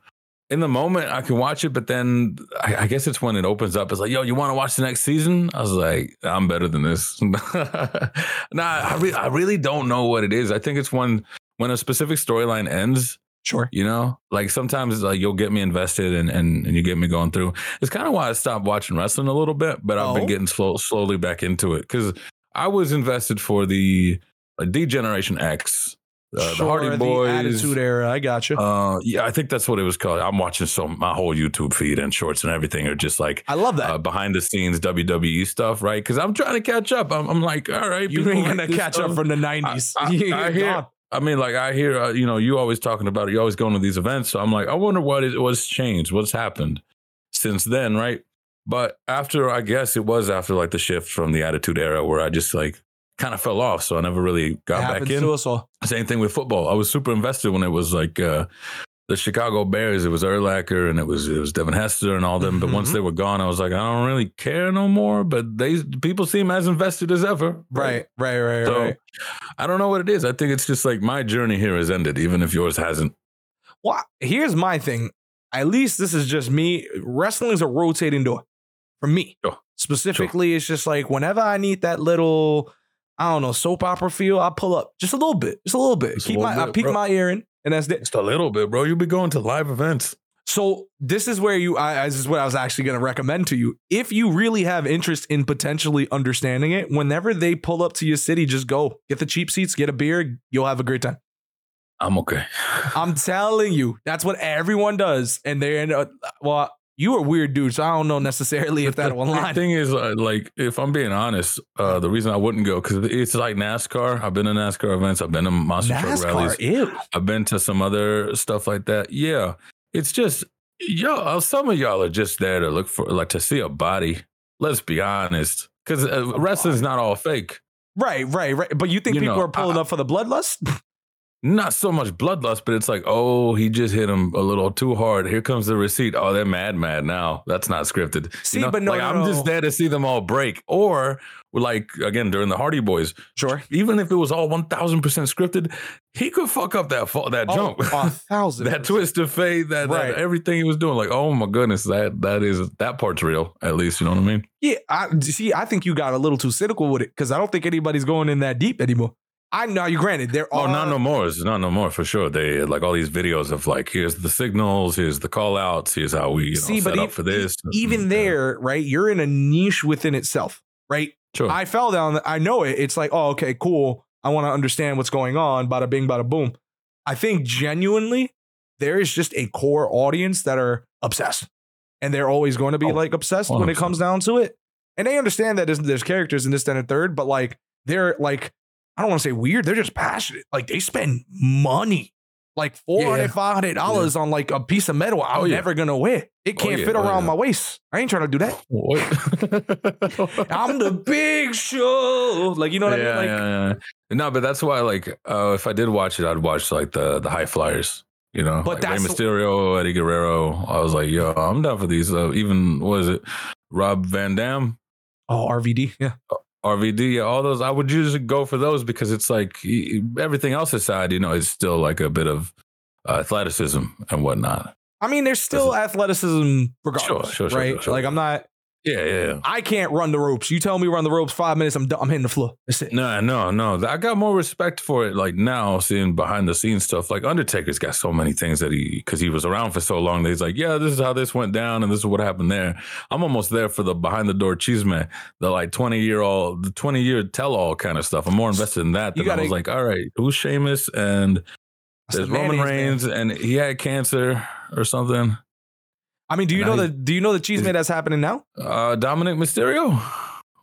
in the moment, I can watch it, but then I, I guess it's when it opens up. It's like, yo, you want to watch the next season? I was like, I'm better than this. nah, I, re- I really don't know what it is. I think it's when when a specific storyline ends.
Sure.
You know, like sometimes it's like you'll get me invested and and, and you get me going through. It's kind of why I stopped watching wrestling a little bit, but I've
Oh.
been getting slow, slowly back into it because I was invested for the uh, D Generation X, uh, the Hardy Boys.
Attitude Era. I got you.
uh, yeah, I think that's what it was called. I'm watching so my whole YouTube feed and shorts and everything are just like
I love that.
uh, behind the scenes WWE stuff, right? Because I'm trying to catch up. I'm, I'm like, all right,
you
people
ain't
like
gonna
this
catch
stuff.
up from the '90s.
I- I
You're
hear-
gone.
I mean, like I hear, uh, you know, you always talking about it. You always going to these events. So I'm like, I wonder what is what's changed, what's happened since then, right? But after, I guess it was after like the shift from the Attitude Era, where I just like kind of fell off. So I never really
It
got back
happens
in.
to us all.
Same thing with football. I was super invested when it was like uh, the Chicago Bears. It was Erlacher and it was it was Devin Hester and all them. But once
Mhm.
they were gone, I was like, I don't really care no more. But they people seem as invested as ever,
Right. Right. Right.
so
right.
I don't know what it is. I think it's just like my journey here has ended, even if yours hasn't.
Well, here's my thing. At least this is just me. Wrestling is a rotating door for me.
Sure.
Specifically, it's just like whenever I need that little, I don't know, soap opera feel, I pull up just a little bit, just a little bit.
Just a
Keep
little
my, I
bit,
peek
bro.
my ear in, and that's it.
a little bit, bro. You be going to live events.
So this is where you, I, this is what I was actually going to recommend to you. If you really have interest in potentially understanding it, whenever they pull up to your city, just go get the cheap seats, get a beer, you'll have a great time.
I'm okay.
I'm telling you, that's what everyone does, and they end up. Well, you are weird, dude. So I don't know necessarily if that
The-
one
The
line.
thing is, uh, like, if I'm being honest, uh, the reason I wouldn't go because it's like NASCAR. I've been to NASCAR events. I've been to monster truck rallies.
NASCAR, ew.
I've been to some other stuff like that. Yeah, it's just y'all. uh, Some of y'all are just there to look for, like, to see a body. Let's be honest, because uh, wrestling's not all fake.
Right, right, right. But you think
You
people
know,
are pulling
I-
up for the bloodlust?
Not so much bloodlust, but it's like, oh, he just hit him a little too hard. Here comes the receipt. Oh, they're mad, mad now. That's not scripted. You
See,
know,
but no,
like,
no,
I'm just
no.
there to see them all break. Or like again during the Hardy Boys,
Sure.
even if it was all one thousand percent scripted, he could fuck up that fa- that
Oh,
jump.
a thousand.
that
percent.
twist of fate, that,
Right.
that everything he was doing, like, oh my goodness, that that is that part's real. At least you know what I mean.
Yeah, I see. I think you got a little too cynical with it because I don't think anybody's going in that deep anymore. I know you. Granted, there
Oh,
are
not no more. It's not no more for sure. They like all these videos of like, here's the signals, here's the call outs, here's how we you know,
See,
set
but
up
e-
for this.
e- even
Yeah.
there, right? You're in a niche within itself, right?
sure.
I fell down. I know it. It's like, oh, okay, cool. I want to understand what's going on. Bada bing, bada boom. I think genuinely, there is just a core audience that are obsessed, and they're always going to be
Oh,
like obsessed when it
100%.
comes down to it. And they understand that there's- there's characters in this, then, and third, but like they're like, I don't want to say weird. They're just passionate. Like they spend money, like four
Yeah.
hundred, five hundred dollars on like a piece of metal I'm
Oh, yeah.
never gonna wear. It
Oh,
can't
yeah.
fit
Oh,
around
yeah.
my waist. I ain't trying to do that.
What?
I'm the big show. Like you know what I mean? Like
yeah, yeah. No, but that's why, like, uh, if I did watch it, I'd watch like the the high flyers. You know,
But
like Rey
that's-
Mysterio, Eddie Guerrero. I was like, yo, I'm down for these. Uh, even what is it, Rob Van Dam,
Oh, RVD. Yeah.
RVD, yeah, all those. I would usually go for those because it's like e- everything else aside, you know, it's still like a bit of uh, athleticism and whatnot.
I mean, there's still athleticism regardless,
Sure, sure, sure,
right?
sure, sure.
Like I'm not,
Yeah, yeah. yeah. I-
I can't run the ropes. You tell me run the ropes five minutes, I'm done. I'm hitting the floor. That's it.
no, no, no. I got more respect for it like now, seeing behind the scenes stuff. Like Undertaker's got so many things that he, because he was around for so long, that he's like, yeah, this is how this went down and this is what happened there. I'm almost there for the behind the door cheese man, the like 20 year old, the 20 year tell all kind of stuff. I'm more invested in that
You
than I was
gotta-
like, all right, who's Sheamus and
That's
There's
the
Roman
mayonnaise, man.
Reigns, and he had cancer or something.
I mean, do you
Now
know the
he's-
do you know the cheese
is-
man that's happening now?
Uh, Dominic Mysterio.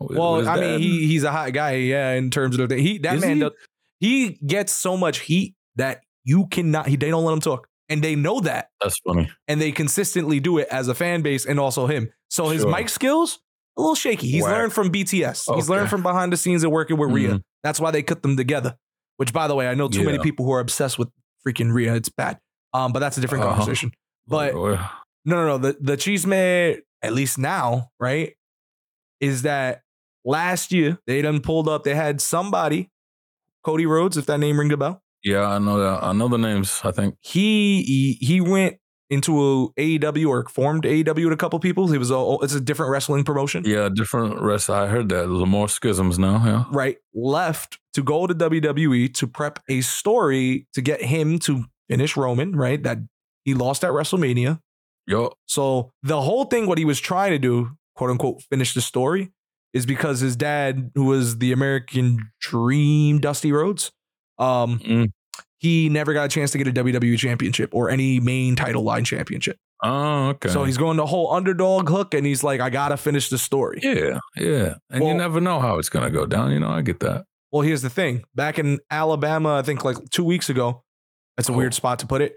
with- with
Well,
his
I
dad.
mean, he he's a hot guy, yeah, in terms of the he that
Is
man
he?
does, he gets so much heat that you cannot he they don't let him talk. And they know that.
that's funny.
And they consistently do it as a fan base and also him. So his
Sure.
mic skills, a little shaky. He's
Whack.
learned from BTS. He's
Okay. Mm-hmm.
learned from behind the scenes and working with Rhea. That's why they cut them together. Which, by the way, I know too many
Yeah.
people who are obsessed with freaking Rhea. It's bad. Um, but that's a different
Uh-huh. Oh.
conversation. But
Or-
no, no, no. The the cheese at least now, right, is that last year they done pulled up. They had somebody, Cody Rhodes, if that name ring a bell.
yeah, I know that. I know the names. I think.
He he, he went into a AEW or formed AEW with a couple people. He was a it's a different wrestling promotion.
Yeah, different rest. I heard that. There's more schisms now. Yeah.
right, left to go to WWE to prep a story to get him to finish Roman, right? That he lost at WrestleMania.
Yo.
So the whole thing, what he was trying to do, quote unquote, finish the story, is because his dad, who was the American Dream, Dusty Rhodes, um,
Mm.
he never got a chance to get a WWE championship or any main title line championship.
Oh, okay.
So he's going the whole underdog hook, and he's like, I gotta finish the story.
Yeah, yeah. And you
Well- never
never know how it's gonna go down. You know, I get that.
Well, here's the thing. Back in Alabama, I think like two weeks ago, that's a
Oh.
weird spot to put it.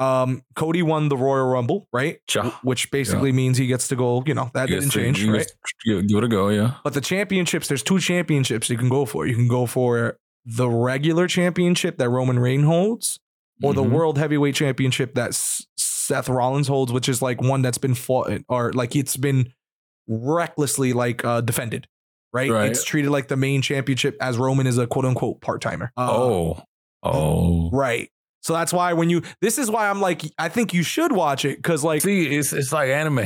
Um, Cody won the Royal Rumble, right?
Cha.
Which basically means he gets to go, you know, that didn't change, right?
Give it a go. Yeah.
But the championships, there's two championships you can go for. You can go for the regular championship that Roman Reigns holds, or the
Mhm.
World Heavyweight Championship that S- Seth Rollins holds, which is like one that's been fought or like it's been recklessly like uh, defended, right?
Right.
It's treated like the main championship as Roman is a quote unquote part timer.
oh. Oh.
right. So that's why when you, this is why I'm like, I think you should watch it because like
See, it's it's like anime.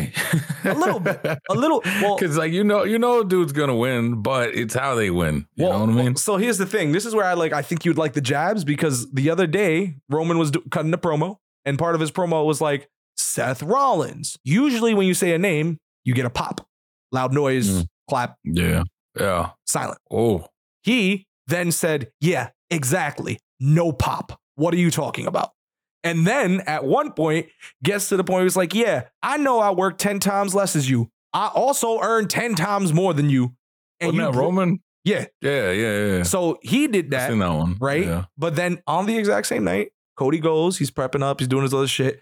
A little bit. a little, well,
Because like you know, you know, dude's gonna win, but it's how they win. You
Well,
know what I mean?
So here's the thing. This is where I like. I think you'd like the jabs because the other day Roman was do- cutting a promo, and part of his promo was like, Seth Rollins. Usually, when you say a name, you get a pop, loud noise,
Mm.
clap,
Yeah. Yeah.
silent.
Oh.
He then said, Yeah, exactly. No pop. What are you talking about? And then at one point, gets to the point where he's like, Yeah, I know I work 10 times less as you. I also earn 10 times more than you.
Wasn't
you
that
br-
Roman?
Yeah.
Yeah. Yeah. Yeah.
So he did
I
that.
seen that one.
right?
Yeah.
But then on the exact same night, Cody goes, he's prepping up, he's doing his other shit.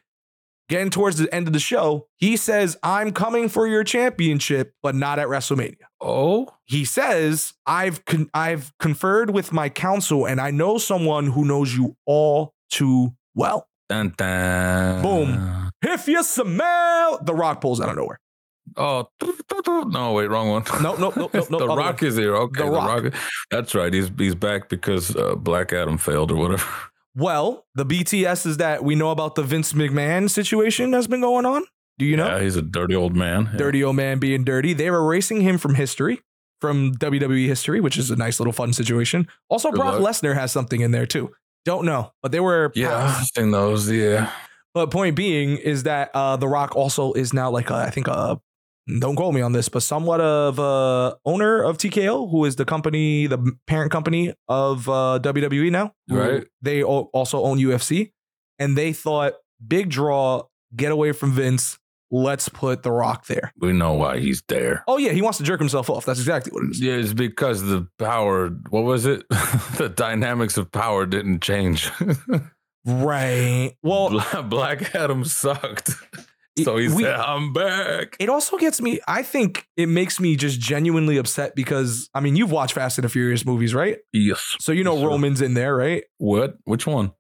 Getting towards the end of the show, he says, I'm coming for your championship, but not at WrestleMania.
Oh.
He says, I've con- I've conferred with my counsel and I know someone who knows you all too well.
Dun, dun.
Boom. If you smell the rock pulls out of nowhere.
Oh. No, wait, wrong one.
Nope, nope, nope, nope, nope,
the
other
Rock is here. Okay.
The
The
Rock.
Rock. That's right. He's he's back because uh, Black Adam failed or whatever.
Well, the BTS is that we know about the Vince McMahon situation that's been going on. Do you know?
Yeah, he's a dirty old man. Yeah.
dirty old man being dirty. They're erasing him from history, from WWE history, which is a nice little fun situation. Also,
Good
Brock
luck.
Lesnar has something in there too. Don't know, but they were.
Yeah,
pals.
I've seen those. Yeah.
But point being is that uh, The Rock also is now like a, I think a. Don't quote me on this, but somewhat of a owner of TKO, who is the company, the parent company of uh, WWE now. who
Right.
They al- also own UFC, and they thought big draw, get away from Vince. Let's put The Rock there.
We know why he's there.
Oh yeah, he wants to jerk himself off. That's exactly what it is.
Yeah, it's because the power, what was it? the dynamics of power didn't change.
Right. Well,
Bla- Black Adam sucked. So he
we-
said, I'm back.
it also gets me. I think it makes me just genuinely upset because I mean, you've watched Fast and the Furious movies, right?
Yes.
So you know
Sure.
Roman's in there, right?
What? Which one?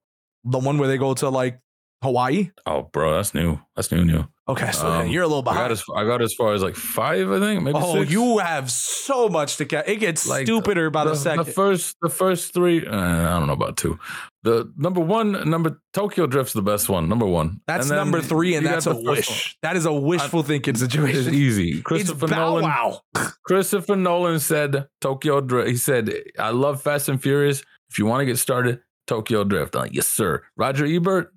The one where they go to like Hawaii.
Oh, bro, that's new. That's new, new.
Okay, so
Um,
you're a little
I got,
behind.
as, I got as far as like five, I think. Maybe
Oh,
six.
you have so much to catch. It gets
Like,
stupider by the, second.
first, the first three. Uh, I don't know about two. The number one, number Tokyo Drift's the best one. Number one.
that's
And then
number three, and
you got
that's a
the first
wish. That is a wishful thinking
one. It's
situation.
easy.
It's
Christopher
Bow
Nolan.
Wow.
Christopher Nolan said Tokyo Drift. He said, "I love Fast and Furious. If you want to get started, Tokyo Drift." I'm like, yes, sir. Roger Ebert,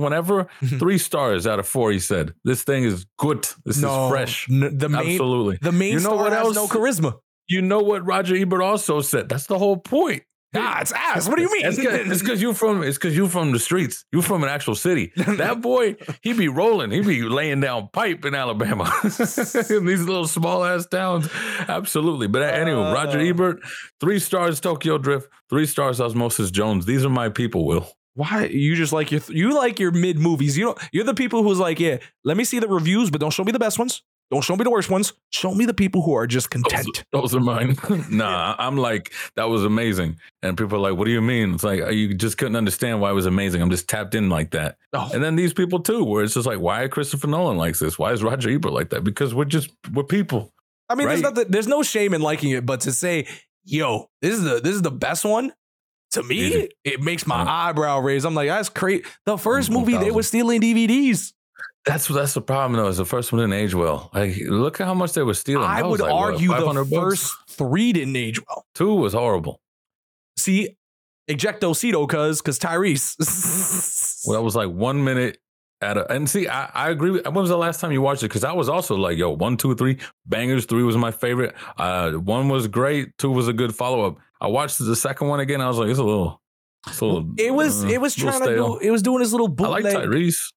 whenever, three stars out of four. He said, "This thing is good. This
no,
is fresh."
n- the main,
Absolutely.
the main
You know
star
what
has
else?
no charisma.
You know what Roger Ebert also said? That's the whole point.
Ah, it's ass. What do you mean?
It's cause, it's 'cause you from it's cause you from the streets. You from an actual city. That boy, he be rolling. He be laying down pipe in Alabama. in these little small ass towns. Absolutely. But anyway, Roger
Uh.
Ebert, three stars Tokyo Drift, three stars Osmosis Jones. These are my people, Will.
why you just like your you like your mid movies. You don't you're the people who's like, yeah, let me see the reviews, but don't show me the best ones. Don't show me the worst ones. Show me the people who are just content.
Those are mine. nah, I'm like, that was amazing. And people are like, what do you mean? It's like uh, you just couldn't understand why it was amazing. I'm just tapped in like that.
Oh,
And then these people too, where it's just like, why Christopher Nolan likes this? Why is Roger Ebert like that? Because we're just we're people.
I mean, there's
right.
nothing, there's no shame in liking it, but to say, yo, this is the this is the best one. To me,
Easy.
it makes my
Uh-huh.
eyebrow raise. I'm like, that's crazy. The first
One
movie they
thousand.
were stealing DVDs.
That's that's the problem though. Is the first one didn't age well. Like, look at how much they were stealing.
I
That was
would
like, what,
argue
500
the
bucks?
first three didn't age well.
two was horrible.
See, ejecto cito, cuz cuz Tyrese.
Well, that was like one minute at a. And see, I, I agree. With, when was the last time you watched it? Because I was also like, yo, one, two, three, bangers. Three was my favorite. Uh, one was great. Two was a good follow up. I watched the second one again. I was like, it's a little, it's a little.
It was
uh,
it was
little
trying to
stale.
do it was doing his little
I like
bootleg. I,
Tyrese.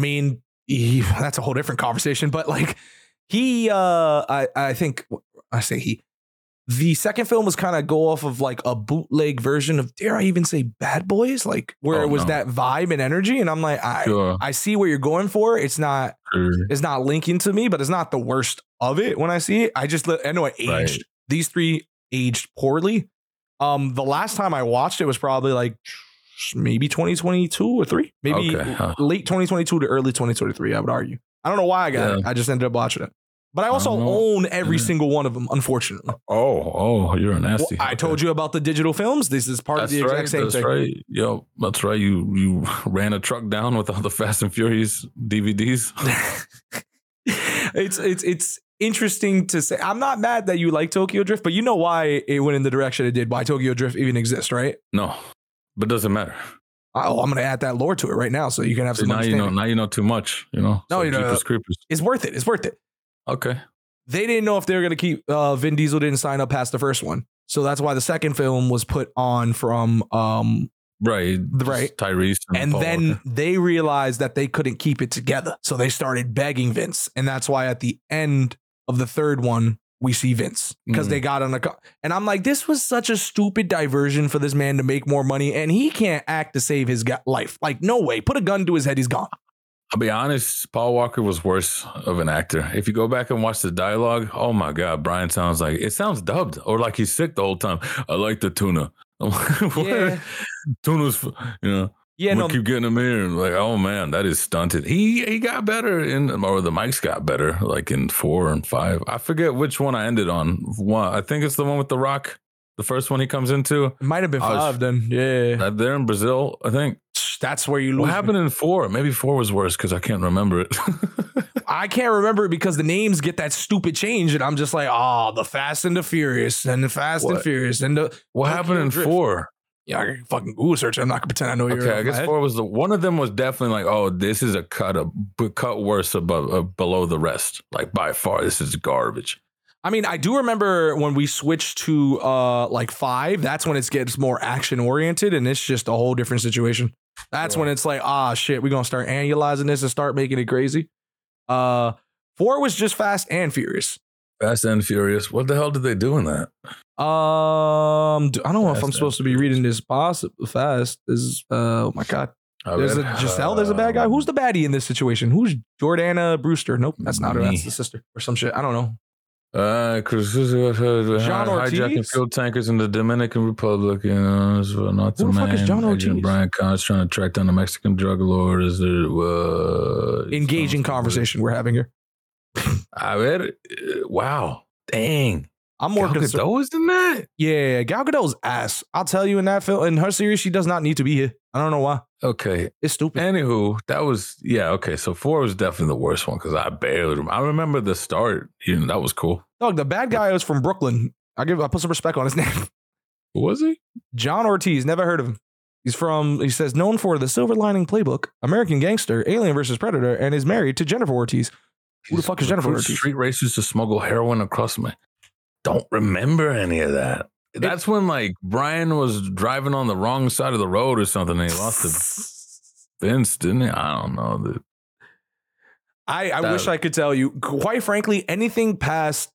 mean, he- that's a whole different conversation. But like he, uh I I think I say he. The second film was kind of go off of like a bootleg version of dare I even say Bad Boys, like where
Oh,
it was
no.
that vibe and energy, and I'm like I.
Sure.
I see where you're going for. It's not it's not linking to me, but it's not the worst of it when I see it. I just let I know it aged.
Right.
These three aged poorly. Um, the last time I watched it was probably like maybe 2022 or three, maybe
Okay, huh.
late 2022 to early 2023. I would argue. I don't know why I got it. I just ended up watching it. But I also
don't know.
own every
Yeah.
single one of them, unfortunately.
Oh, oh, you're a
Well,
nasty.
I told you about the digital films. This is part
That's
of the exact
right.
same
that's
thing.
right. Yo, that's right. You you ran a truck down with all the Fast and Furious DVDs.
it's it's it's interesting to say. I'm not mad that you like Tokyo Drift, but you know why it went in the direction it did. Why Tokyo Drift even exists, right?
No, but doesn't matter.
oh, I'm gonna add that lore to it right now, so you can have
See,
some.
now you know.
understanding.
Now you know too much. You know.
No, you know- uh,
Jeepers creepers.
It's worth it. It's worth it.
Okay.
They didn't know if they were gonna keep. Uh, Vin Diesel didn't sign up past the first one, so that's why the second film was put on from. Um,
Right. just
right.
Tyrese.
and
Paul,
then
okay.
they realized that they couldn't keep it together, so they started begging Vince, and that's why at the end of the third one. We see Vince because
Mhm.
they got on a co- and I'm like, this was such a stupid diversion for this man to make more money, and he can't act to save his go- life. Like, no way. Put a gun to his head, he's gone.
I'll be honest. Paul Walker was worse of an actor. If you go back and watch the dialogue, oh my god, Brian sounds like it sounds dubbed or like he's sick the whole time. I like the tuna.
Yeah.
Tuna's, f- you know.
Yeah,
we
no,
keep getting him here, and like, oh man, that is stunted. He he got better in, or the mics got better, like in four and five. I forget which one I ended on. One, I think it's the one with the Rock, the first one he comes into.
It might have been
I was-
five then. Yeah.
Uh, They're in Brazil, I think.
That's where you lose.
What
me.
happened in four? Maybe four was worse because I can't remember it.
I can't remember it because the names get that stupid change, and I'm just like, oh, the Fast and the Furious and the Fast and
What?
Furious and the
what
I
happened
can't
in
drift.
four?
yeah. I can fucking Google search. it. I'm not gonna pretend I know you're.
Okay, I guess four was the one of them was definitely like, oh, this is a cut a b- cut worse above uh, below the rest. Like by far, this is garbage.
I mean, I do remember when we switched to uh like five. That's when it gets more action oriented, and it's just a whole different situation. That's
Yeah.
when it's like, ah, shit, we're gonna start annualizing this and start making it crazy. Uh, four was just Fast and Furious.
Fast and Furious. What the hell did they do in that?
Um, d- I don't know if
Fast
I'm
and
supposed to be reading this possible fast. This Is uh, oh my god,
I
there's a
read,
Giselle. There's a bad guy.
um,
Who's the baddie in this situation? Who's Jordana Brewster? Nope, that's not her.
Me.
That's the sister or some shit. I don't know.
Uh, Chris, this is what, uh,
John
hi- hijacking
Ortiz?
fuel tankers in the Dominican Republic. You know, is, uh, not
Who
the
the fuck
man.
is John
Agent
Ortiz?
Brian Cox trying to track down the Mexican drug lord. Is there uh,
Engaging conversation we're having here.
I read. It. Uh, Wow, dang.
I'm more
Gal
concerned.
Gadot is in that.
Yeah, Gal Gadot's ass. I'll tell you in that film, in her series, she does not need to be here. I don't know why.
Okay.
It's stupid.
Anywho, that was yeah. Okay, so four was definitely the worst one because I bailed him. I remember the start. You know, that was cool.
Dog, the bad guy was from Brooklyn. I give. I put some respect on his name.
Who was he?
John Ortiz, never heard of him. He's from, he says, known for the Silver Lining Playbook, American Gangster, Alien vs. Predator, and is married to Jennifer Ortiz. Who the fuck is Jennifer
Recruit
Ortiz?
Street racers to smuggle heroin across me. Don't remember any of that. That's when like Brian was driving on the wrong side of the road or something, and he lost the fence, didn't he? I don't know. dude.
I, I
That-
wish I could tell you. Quite frankly, anything past,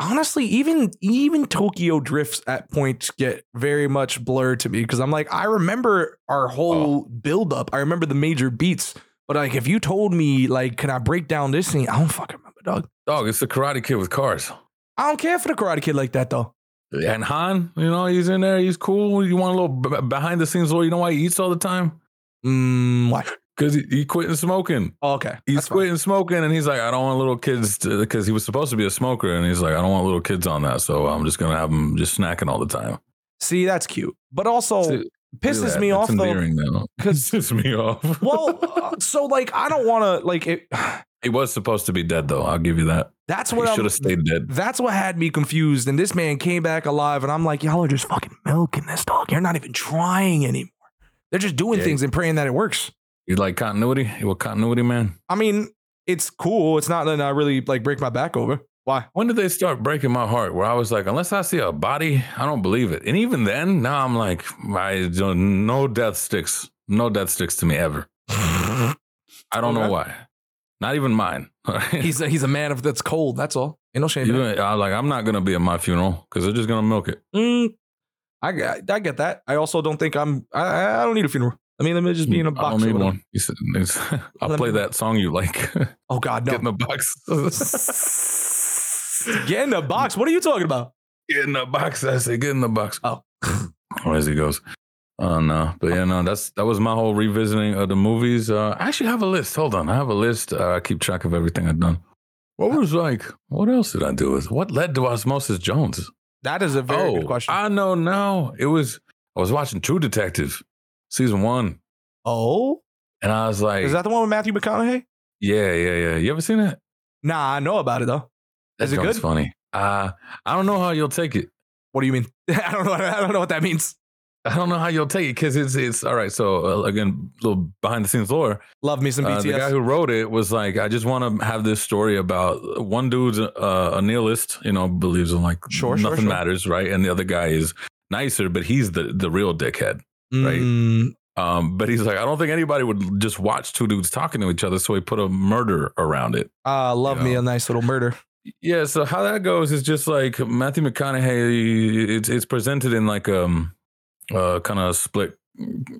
honestly, even even Tokyo drifts at points get very much blurred to me because I'm like, I remember our
Oh.
whole buildup. I remember the major beats, but like, if you told me, like, can I break down this thing? I don't fucking remember, dog.
Dog, it's the Karate Kid with cars.
I don't care for the Karate Kid like that though.
And Han, you know, he's in there. He's cool. You want a little b- behind the scenes lore? You know why he eats all the time?
Mm, why?
Because he, he quitting smoking.
Oh, okay,
He's
That's fine.
quitting smoking, and he's like, I don't want little kids because he was supposed to be a smoker, and he's like, I don't want little kids on that, so I'm just gonna have them just snacking all the time.
See, that's cute, but also
See-
pisses
Look at
me
that.
off
That's
though.
endearing, though.
'Cause-
pisses me off.
well, uh, so like I don't want to like it.
he was supposed to be dead, though. I'll give you that.
That's
He
what
should
I'm,
have stayed dead.
that's what had me confused. And this man came back alive, and I'm like, y'all are just fucking milking this dog. You're not even trying anymore. They're just doing
Yeah.
things and praying that it works.
You like continuity? You a continuity man?
I mean, it's cool. It's not that I really like break my back over. Why?
When did they start breaking my heart? Where I was like, unless I see a body, I don't believe it. And even then, now I'm like, I don't, no death sticks. No death sticks to me ever. I don't know
Okay.
why. Not even mine.
He's a, he's a man of that's cold. That's all. Ain't no shame. in it.
even, I like. I'm not gonna be at my funeral because they're just gonna milk it.
Mm, I get- I get that. I also don't think I'm. I- I, I don't need a funeral. I mean, let me just be in a box.
Mm, I
or
don't need
whatever.
one. He said, he's- I'll
Let
play
me-
that song you like.
Oh God, no.
Get in the box.
Get in the box. What are you talking about?
Get in the box. I say, get in the box.
Oh.
Or as he goes. Oh no. But yeah, no, that's that was my whole revisiting of the movies. Uh I actually have a list. Hold on. I have a list. Uh, I keep track of everything I've done. What was like, what else did I do with what led to Osmosis Jones?
That is a very good question.
Oh, I know now. It was I was watching True Detective season one.
oh,
And I was like,
is that the one with Matthew McConaughey?
Yeah, yeah, yeah. You ever seen it?
Nah, I know about it though.
That
Is it
joint's
good?
funny. Uh I don't know how you'll take it.
What do you mean? I don't know. I don't know what that means.
I don't know how you'll take it because it's it's all right. So uh, again, little behind the scenes lore.
Love me some
Uh, the
BTS.
guy who wrote it was like, I just want to have this story about one dude's uh, a nihilist, you know, believes in like
Sure, sure,
nothing
sure.
matters, right? And the other guy is nicer, but he's the the real dickhead. right.
Mm,
Um, but he's like, I don't think anybody would just watch two dudes talking to each other, so he put a murder around it.
uh, love me
Yeah.
a nice little murder.
Yeah, so how that goes is just like Matthew McConaughey. It's it's presented in like um, uh, kind of split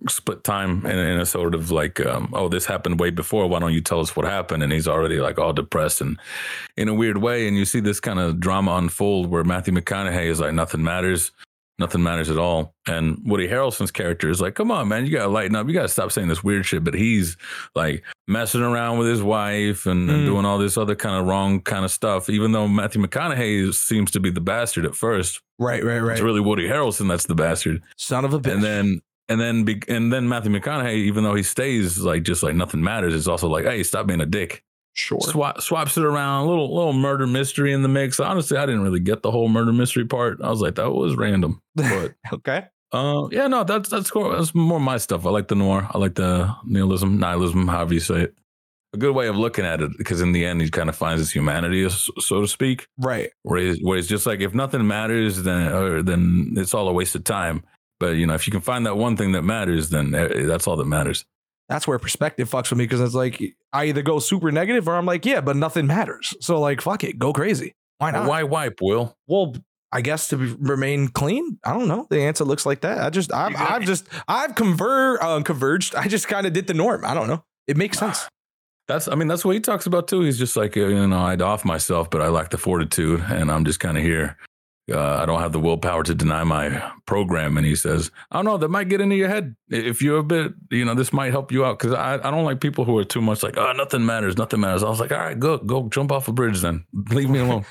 split time and in a sort of like um, oh this happened way before. Why don't you tell us what happened? And he's already like all depressed and in a weird way. And you see this kind of drama unfold where Matthew McConaughey is like nothing matters. Nothing matters at all. And Woody Harrelson's character is like, come on, man, you gotta lighten up. You gotta stop saying this weird shit. But he's like messing around with his wife and, and
Mm.
doing all this other kind of wrong kind of stuff. Even though Matthew McConaughey is- seems to be the bastard at first,
Right, right, right.
it's really Woody Harrelson that's the bastard.
Son of a bitch.
And then and then be, and then Matthew McConaughey, even though he stays like just like nothing matters, is also like, hey, stop being a dick.
sure.
Swap, swaps it around a little little murder mystery in the mix. Honestly, I didn't really get the whole murder mystery part. I was like, that was random, but.
okay.
Uh, yeah, no, that's that's cool. That's more my stuff. I like the noir. I like the nihilism, nihilism, however you say it. A good way of looking at it, because in the end, he kind of finds his humanity, s- so to speak,
Right.
where he's, where it's just like if nothing matters, then or, then it's all a waste of time. But you know, if you can find that one thing that matters, then eh, that's all that matters.
That's where perspective fucks with me because it's like I either go super negative or I'm like, yeah, but nothing matters. So like, fuck it, go crazy. Why not?
Why wipe, Will?
Well, I guess to be, remain clean. I don't know. The answer looks like that. I just, I've, I've just, I've conver, uh, converged. I just kind of did the norm. I don't know. It makes sense.
That's I mean, that's what he talks about too. He's just like eh, you know, I'd off myself, but I lack the fortitude, and I'm just kind of here. uh, I don't have the willpower to deny my program. And he says, I don't know, that might get into your head. If you're a bit, you know, this might help you out. Cause I, I don't like people who are too much like, oh, nothing matters, nothing matters. I was like, all right, go, go jump off a bridge then. Leave me alone.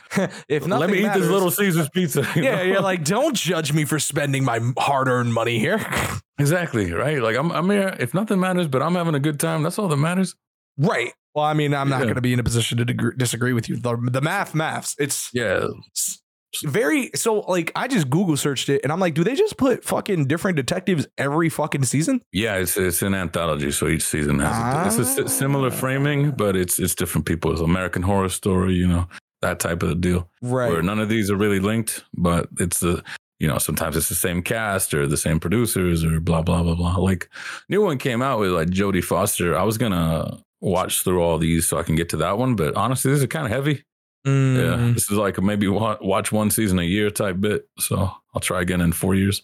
if nothing
Let me eat
matters-
this little Caesar's pizza. you
Yeah,
know?
you're like, don't judge me for spending my hard earned money here.
exactly. Right. Like I'm, I'm here. If nothing matters, but I'm having a good time, that's all that matters.
right. Well, I mean, I'm not
Yeah.
going to be in a position to degre- disagree with you. The, the math, maths. It's
Yeah.
s- very so. Like, I just Google searched it, and I'm like, do they just put fucking different detectives every fucking season?
Yeah. It's, it's an anthology. So each season has, a, it's a
Ah.
s- similar framing, but it's, it's different people. It's American horror story, you know, that type of deal. where
Right.
none of these are really linked, but it's the you know sometimes it's the same cast or the same producers or blah blah blah blah. Like new one came out with like Jodie Foster. I was gonna watch through all these so I can get to that one, but honestly, these are kind of heavy. Yeah,
Mm.
this is like maybe wa- watch one season a year type bit. So I'll try again in four years.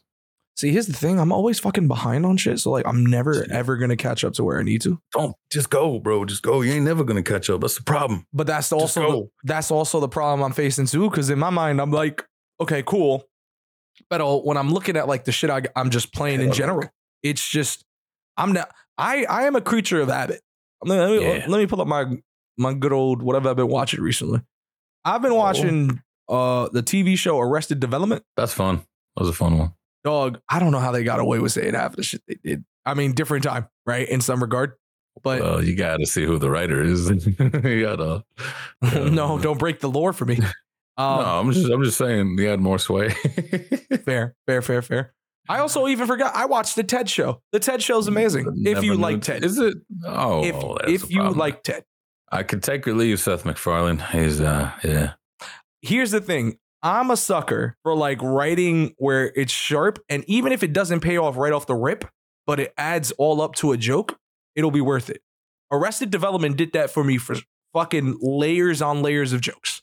See, here's the thing. I'm always fucking behind on shit. So like I'm never
See.
ever gonna catch up to where I need to.
Don't just go, bro. Just go. You ain't never gonna catch up. That's the problem.
But that's
Just
also the,
go.
that's also the problem I'm facing too. Cause in my mind, I'm like, okay, cool. But I'll- when I'm looking at like the shit I, I'm just playing in
Catalog.
general, it's just I'm not I I am a creature of habit. Let me, uh, let me,
Yeah.
let me pull up my my good old whatever I've been watching recently. I've been
Oh.
watching uh the TV show Arrested Development.
That's fun. That was a fun one.
Dog, I don't know how they got away with saying half the shit they did. I mean, different time, right? In some regard. But
Well, Uh, you got to see who the writer is. you gotta.
no, don't break the lore for me. Um,
no, I'm just I'm just saying he had more sway.
Fair, fair, fair, fair. I also even forgot I watched the TED show. The TED show is amazing. if
Never
you
knew-
like TED,
is it? Oh,
if
that's
if
the
you
problem.
like TED,
I could take or leave Seth MacFarlane. He's uh, yeah,
here's the thing. I'm a sucker for like writing where it's sharp, and even if it doesn't pay off right off the rip, but it adds all up to a joke, it'll be worth it. Arrested Development did that for me for fucking layers on layers of jokes,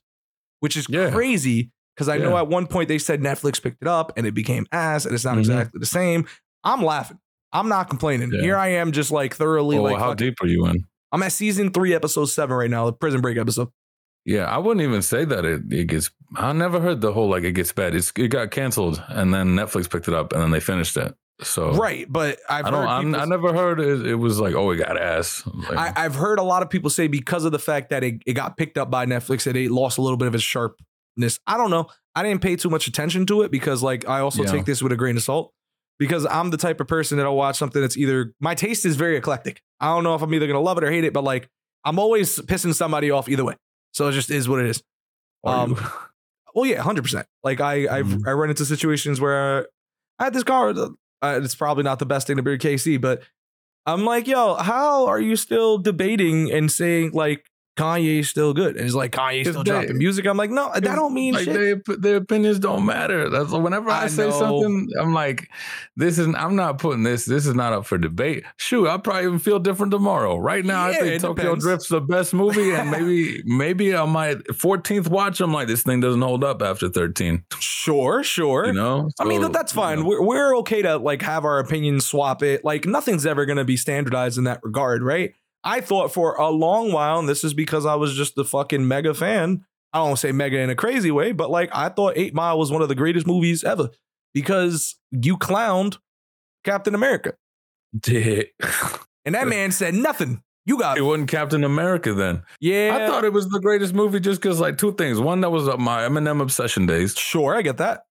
which is
Yeah.
crazy because I know
Yeah.
at one point they said Netflix picked it up and it became ass and it's not
Mhm.
exactly the same. I'm laughing. I'm not complaining.
Yeah.
Here I am, just like thoroughly
Well,
like
how
fuck-
deep are you in?
I'm at season three, episode seven right now, the Prison Break episode.
Yeah, I wouldn't even say that it, it gets. I never heard the whole like it gets bad. It's it got canceled and then Netflix picked it up and then they finished it. So
Right, but I've
Oh. I don't.
heard
I'm,
people
I never heard it, it was like oh it got ass. Like,
I, I've heard a lot of people say because of the fact that it, it got picked up by Netflix that it lost a little bit of its sharpness. I don't know. I didn't pay too much attention to it because like I also
Yeah.
take this with a grain of salt because I'm the type of person that'll watch something that's either my taste is very eclectic. I don't know if I'm either gonna love it or hate it, but like I'm always pissing somebody off either way. So it just is what it is.
Are
um,
you-
Well, yeah, hundred percent. Like I, I've
Mhm.
I run into situations where I had this car. uh, it's probably not the best thing to be KC, but I'm like, yo, how are you still debating and saying like Kanye's still good? And it's like Kanye's
If
still
they-
dropping music. I'm like, no, that
if-
don't mean
like
shit.
their their opinions don't matter. That's whenever I,
I
say
know.
something, I'm like, this is I'm not putting this. This is not up for debate. Shoot, I probably even feel different tomorrow. Right now,
Yeah,
I
it
think Tokyo
depends.
Drift's the best movie, and maybe maybe on my 14th watch, I'm like, this thing doesn't hold up after 13.
sure, sure.
You know,
I mean,
So,
that, that's
you
fine.
know.
We're, we're okay to like have our opinions swap it. Like nothing's ever going to be standardized in that regard, right? I thought for a long while, and this is because I was just the fucking mega fan. I don't say mega in a crazy way, but like I thought Eight Mile was one of the greatest movies ever because you clowned Captain America, and that man said nothing. You got
it wasn't Captain America then.
yeah.
I thought it was the greatest movie just because like two things. One, that was uh, my Eminem obsession days.
sure, I get that.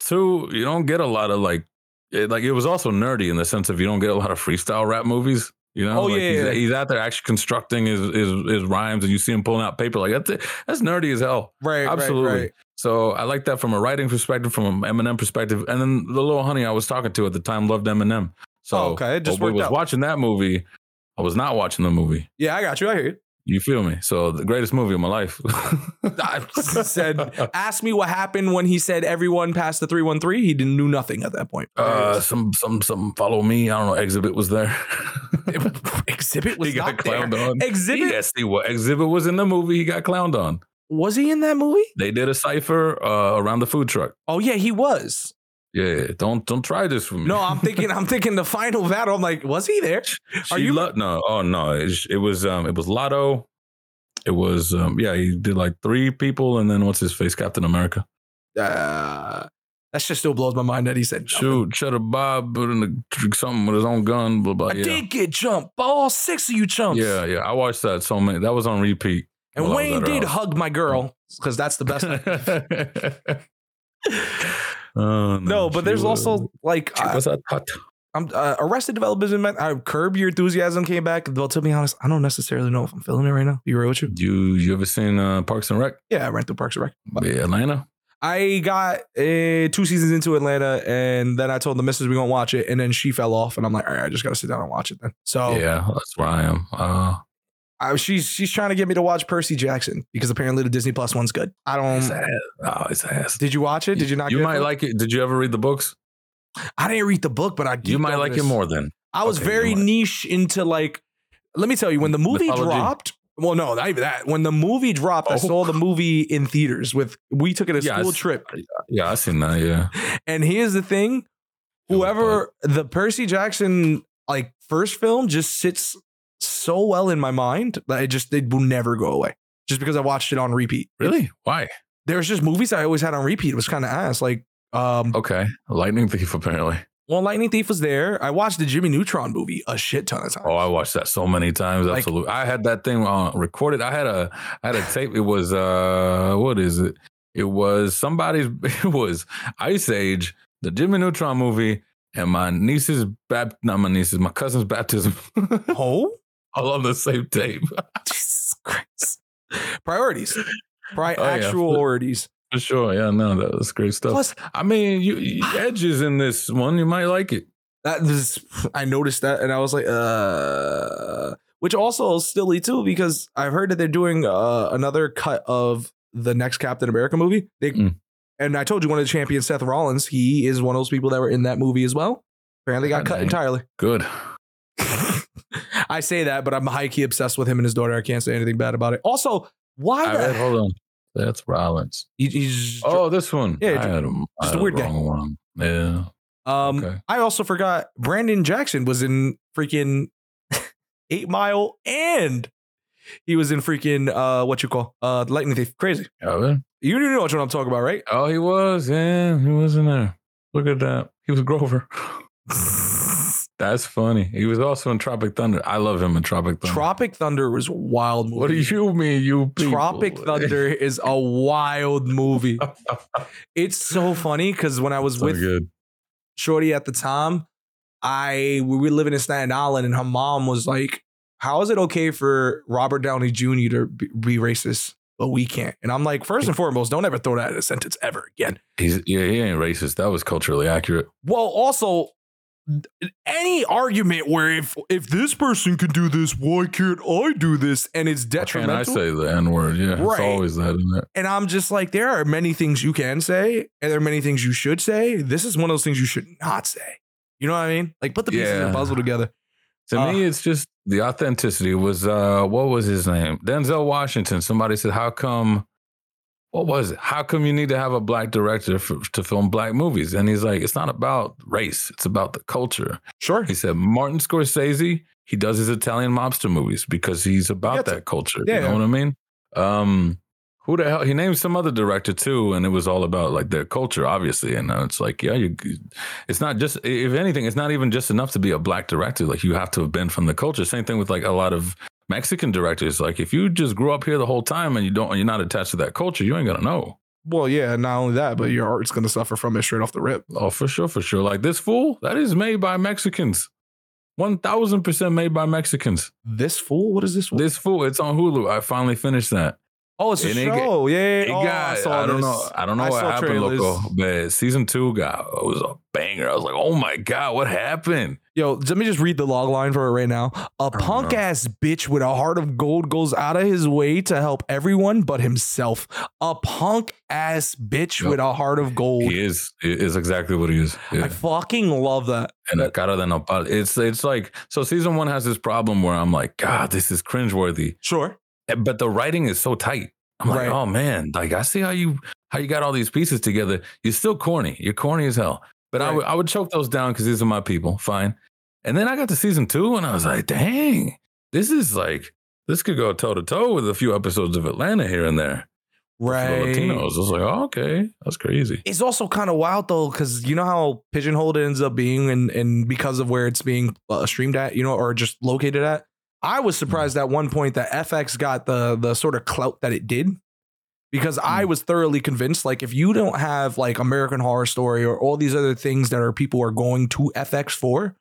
Two, you don't get a lot of like, it, like it was also nerdy in the sense of you don't get a lot of freestyle rap movies. You know,
Oh,
like
yeah,
he's,
yeah.
he's out there actually constructing his, his his rhymes, and you see him pulling out paper like that's that's nerdy as hell.
Right, right,
Absolutely.
right.
So I like that from a writing perspective, from an Eminem perspective, and then the little honey I was talking to at the time loved Eminem. So
Oh, okay, it just
we
worked
was
out.
watching that movie. I was not watching the movie.
Yeah, I got you. I hear you.
You feel me? So the greatest movie of my life.
I said, ask me what happened when he said everyone passed the 313. He didn't knew nothing at that point.
uh, some some some follow me. I don't know. Exhibit was there.
Exhibit was
he got
not there.
clowned on.
Exhibit
Yes, he was. Exhibit was in the movie. He got clowned on.
was he in that movie?
They did a cipher uh, around the food truck.
Oh yeah, he was.
Yeah, don't don't try this for me.
No, I'm thinking I'm thinking the final battle. I'm like, was he there?
Hmm. She
Are you-
lo- no? Oh no! It, sh- it was um, it was Lotto. It was um, yeah. He did like three people, and then what's his face? Captain America.
Uh, that shit still blows my mind that he said nothing.
Shoot, Cheddar Bob put in the, something with his own gun. Blah blah.
I
yeah.
did get jumped by all six of you chumps.
yeah, yeah. I watched that so many. That was on repeat.
And
while I was
Wayne
at her
did
house.
hug my girl because that's the best.
Oh,
no, but
she
there's
was-
also like
she
I-
was a tot.
I'm uh, Arrested Development. is meant- I curb your enthusiasm came back. Well, to be honest, I don't necessarily know if I'm feeling it right now. Be real with you.
You you ever seen uh, Parks and Rec?
Yeah, I ran through Parks and Rec.
Yeah, Atlanta.
I got uh, two seasons into Atlanta, and then I told the missus we gonna watch it, and then she fell off, and I'm like, all right, I just gotta sit down and watch it then. So
Yeah, that's where I am. Uh,
I, she's she's trying to get me to watch Percy Jackson because apparently the Disney Plus one's good. I
his
don't.
ass. Oh, his ass.
Um, Did you watch it? Did you not?
You
get
might
it?
like it. Did you ever read the books?
I didn't read the book, but I.
You
geeked
might
over
like
this.
it more then.
I was
Okay, you
very
might.
niche into like. Let me tell you, when the movie
Mythology.
dropped. Well, no, not even that. When the movie dropped, I
Oh.
saw the movie in theaters with. We took it a
Yeah, I
school
s-
trip.
Yeah, I seen that. Yeah,
And here's the thing: whoever the Percy Jackson like first film just sits so well in my mind that it just it will never go away. Just because I watched it on repeat.
really? Why?
There's just movies I always had on repeat. It was kind of ass. Like, um,
Okay, Lightning Thief apparently.
well, Lightning Thief was there. I watched the Jimmy Neutron movie a shit ton of times.
Oh, I watched that so many times.
Like-
Absolutely, I had that thing uh, recorded. I had a, I had a tape. It was, uh, what is it? It was somebody's. It was Ice Age, the Jimmy Neutron movie, and my niece's bapt. Not my niece's, my cousin's baptism.
oh,
All on the same tape.
Jesus Christ! Priorities, Pri-
Oh, yeah.
actual priorities.
For sure. Yeah, no, that was great stuff.
Plus,
I mean, you, you edges in this one. You might like it.
that was I noticed that and I was like, uh which also is silly too, because I've heard that they're doing uh, another cut of the next Captain America movie. They
Mm.
and I told you one of the champions, Seth Rollins, he is one of those people that were in that movie as well. Apparently got
God
cut
dang.
entirely.
Good.
I say that, but I'm high key obsessed with him and his daughter. I can't say anything bad about it. Also, why
I
the
read, hold on. That's Rollins.
he- he's
Oh, this one.
Yeah,
I had him. I
just a
had
weird guy.
wrong one. Yeah.
um
okay.
I also forgot Brandon Jackson was in freaking Eight Mile and he was in freaking uh what you call uh Lightning Thief. Crazy.
Yeah, man.
You know what I'm talking about, right?
Oh, he was. Yeah, he was in there. Look at that. He was Grover. That's funny. He was also in Tropic Thunder. I love him in Tropic Thunder.
Tropic Thunder was a wild movie.
what do you mean, you people?
Tropic Thunder is a wild movie. It's so funny because when I was
so
with
good.
Shorty at the time, I we were living in Staten Island, and her mom was like, "How is it okay for Robert Downey Jr. to be, be racist, but we can't?" And I'm like, first and foremost, don't ever throw that in a sentence ever again.
He's yeah, he ain't racist. That was culturally accurate.
Well, also, any argument where if if this person can do this, why can't I do this? And it's
Can
detrimental.
I say the N word? Yeah,
Right.
it's always that, isn't it?
and I'm just like, there are many things you can say, and there are many things you should say. This is one of those things you should not say. You know what I mean? Like put the pieces of
Yeah.
the puzzle together.
To
Uh,
me, it's just the authenticity was uh what was his name? Denzel Washington. Somebody said, How come what was it? How come you need to have a black director for, to film black movies? And he's like, It's not about race, it's about the culture.
Sure.
He said, Martin Scorsese, he does his Italian mobster movies because he's about
Yeah, it's-
that culture.
yeah,
You know
yeah.
what I mean? Um who the hell? He named some other director too, and it was all about like their culture, obviously. And now it's like, yeah, you. It's not just. If anything, it's not even just enough to be a black director. Like you have to have been from the culture. Same thing with like a lot of Mexican directors. Like if you just grew up here the whole time and you don't, you're not attached to that culture, you ain't gonna know.
Well, yeah, not only that, but your art's gonna suffer from it straight off the rip.
Oh, for sure, for sure. Like this fool, that is made by Mexicans. 1000% made by Mexicans.
This fool? What is this one?
This fool, it's on Hulu. I finally finished that.
oh, it's a
and it got-
show. yeah, yeah,
It
yeah. Oh,
got,
I
I,
saw
don't
this.
know. I don't know
I
what
saw
happened,
trailers.
loco. But season two got it was a banger. I was like, oh my God, what happened?
Yo, let me just read the log line for it right now. A punk ass bitch with a heart of gold goes out of his way to help everyone but himself. A punk ass bitch
Yep.
with a heart of gold.
He is he is exactly what he is. Yeah.
Oh, I fucking love that.
and a cara de nopal. It's it's like so season one has this problem where I'm like, God, this is cringeworthy.
Sure.
but the writing is so tight. I'm like,
Right.
oh man, like I see how you how you got all these pieces together. You're still corny. You're corny as hell. But I
Right.
would I would choke those down because these are my people. Fine. And then I got to season two and I was like, dang, this is like this could go toe to toe with a few episodes of Atlanta here and there. for the
Right.
Latinos. I was like, oh, okay, that's crazy.
It's also kind of wild though, because you know how pigeonholed it ends up being, and and because of where it's being uh, streamed at, you know, or just located at. I
Hmm.
was surprised at one point that FX got the the sort of clout that it did, because I
Hmm.
was thoroughly convinced. Like, if you don't have like American Horror Story or all these other things that are people are going to FX for,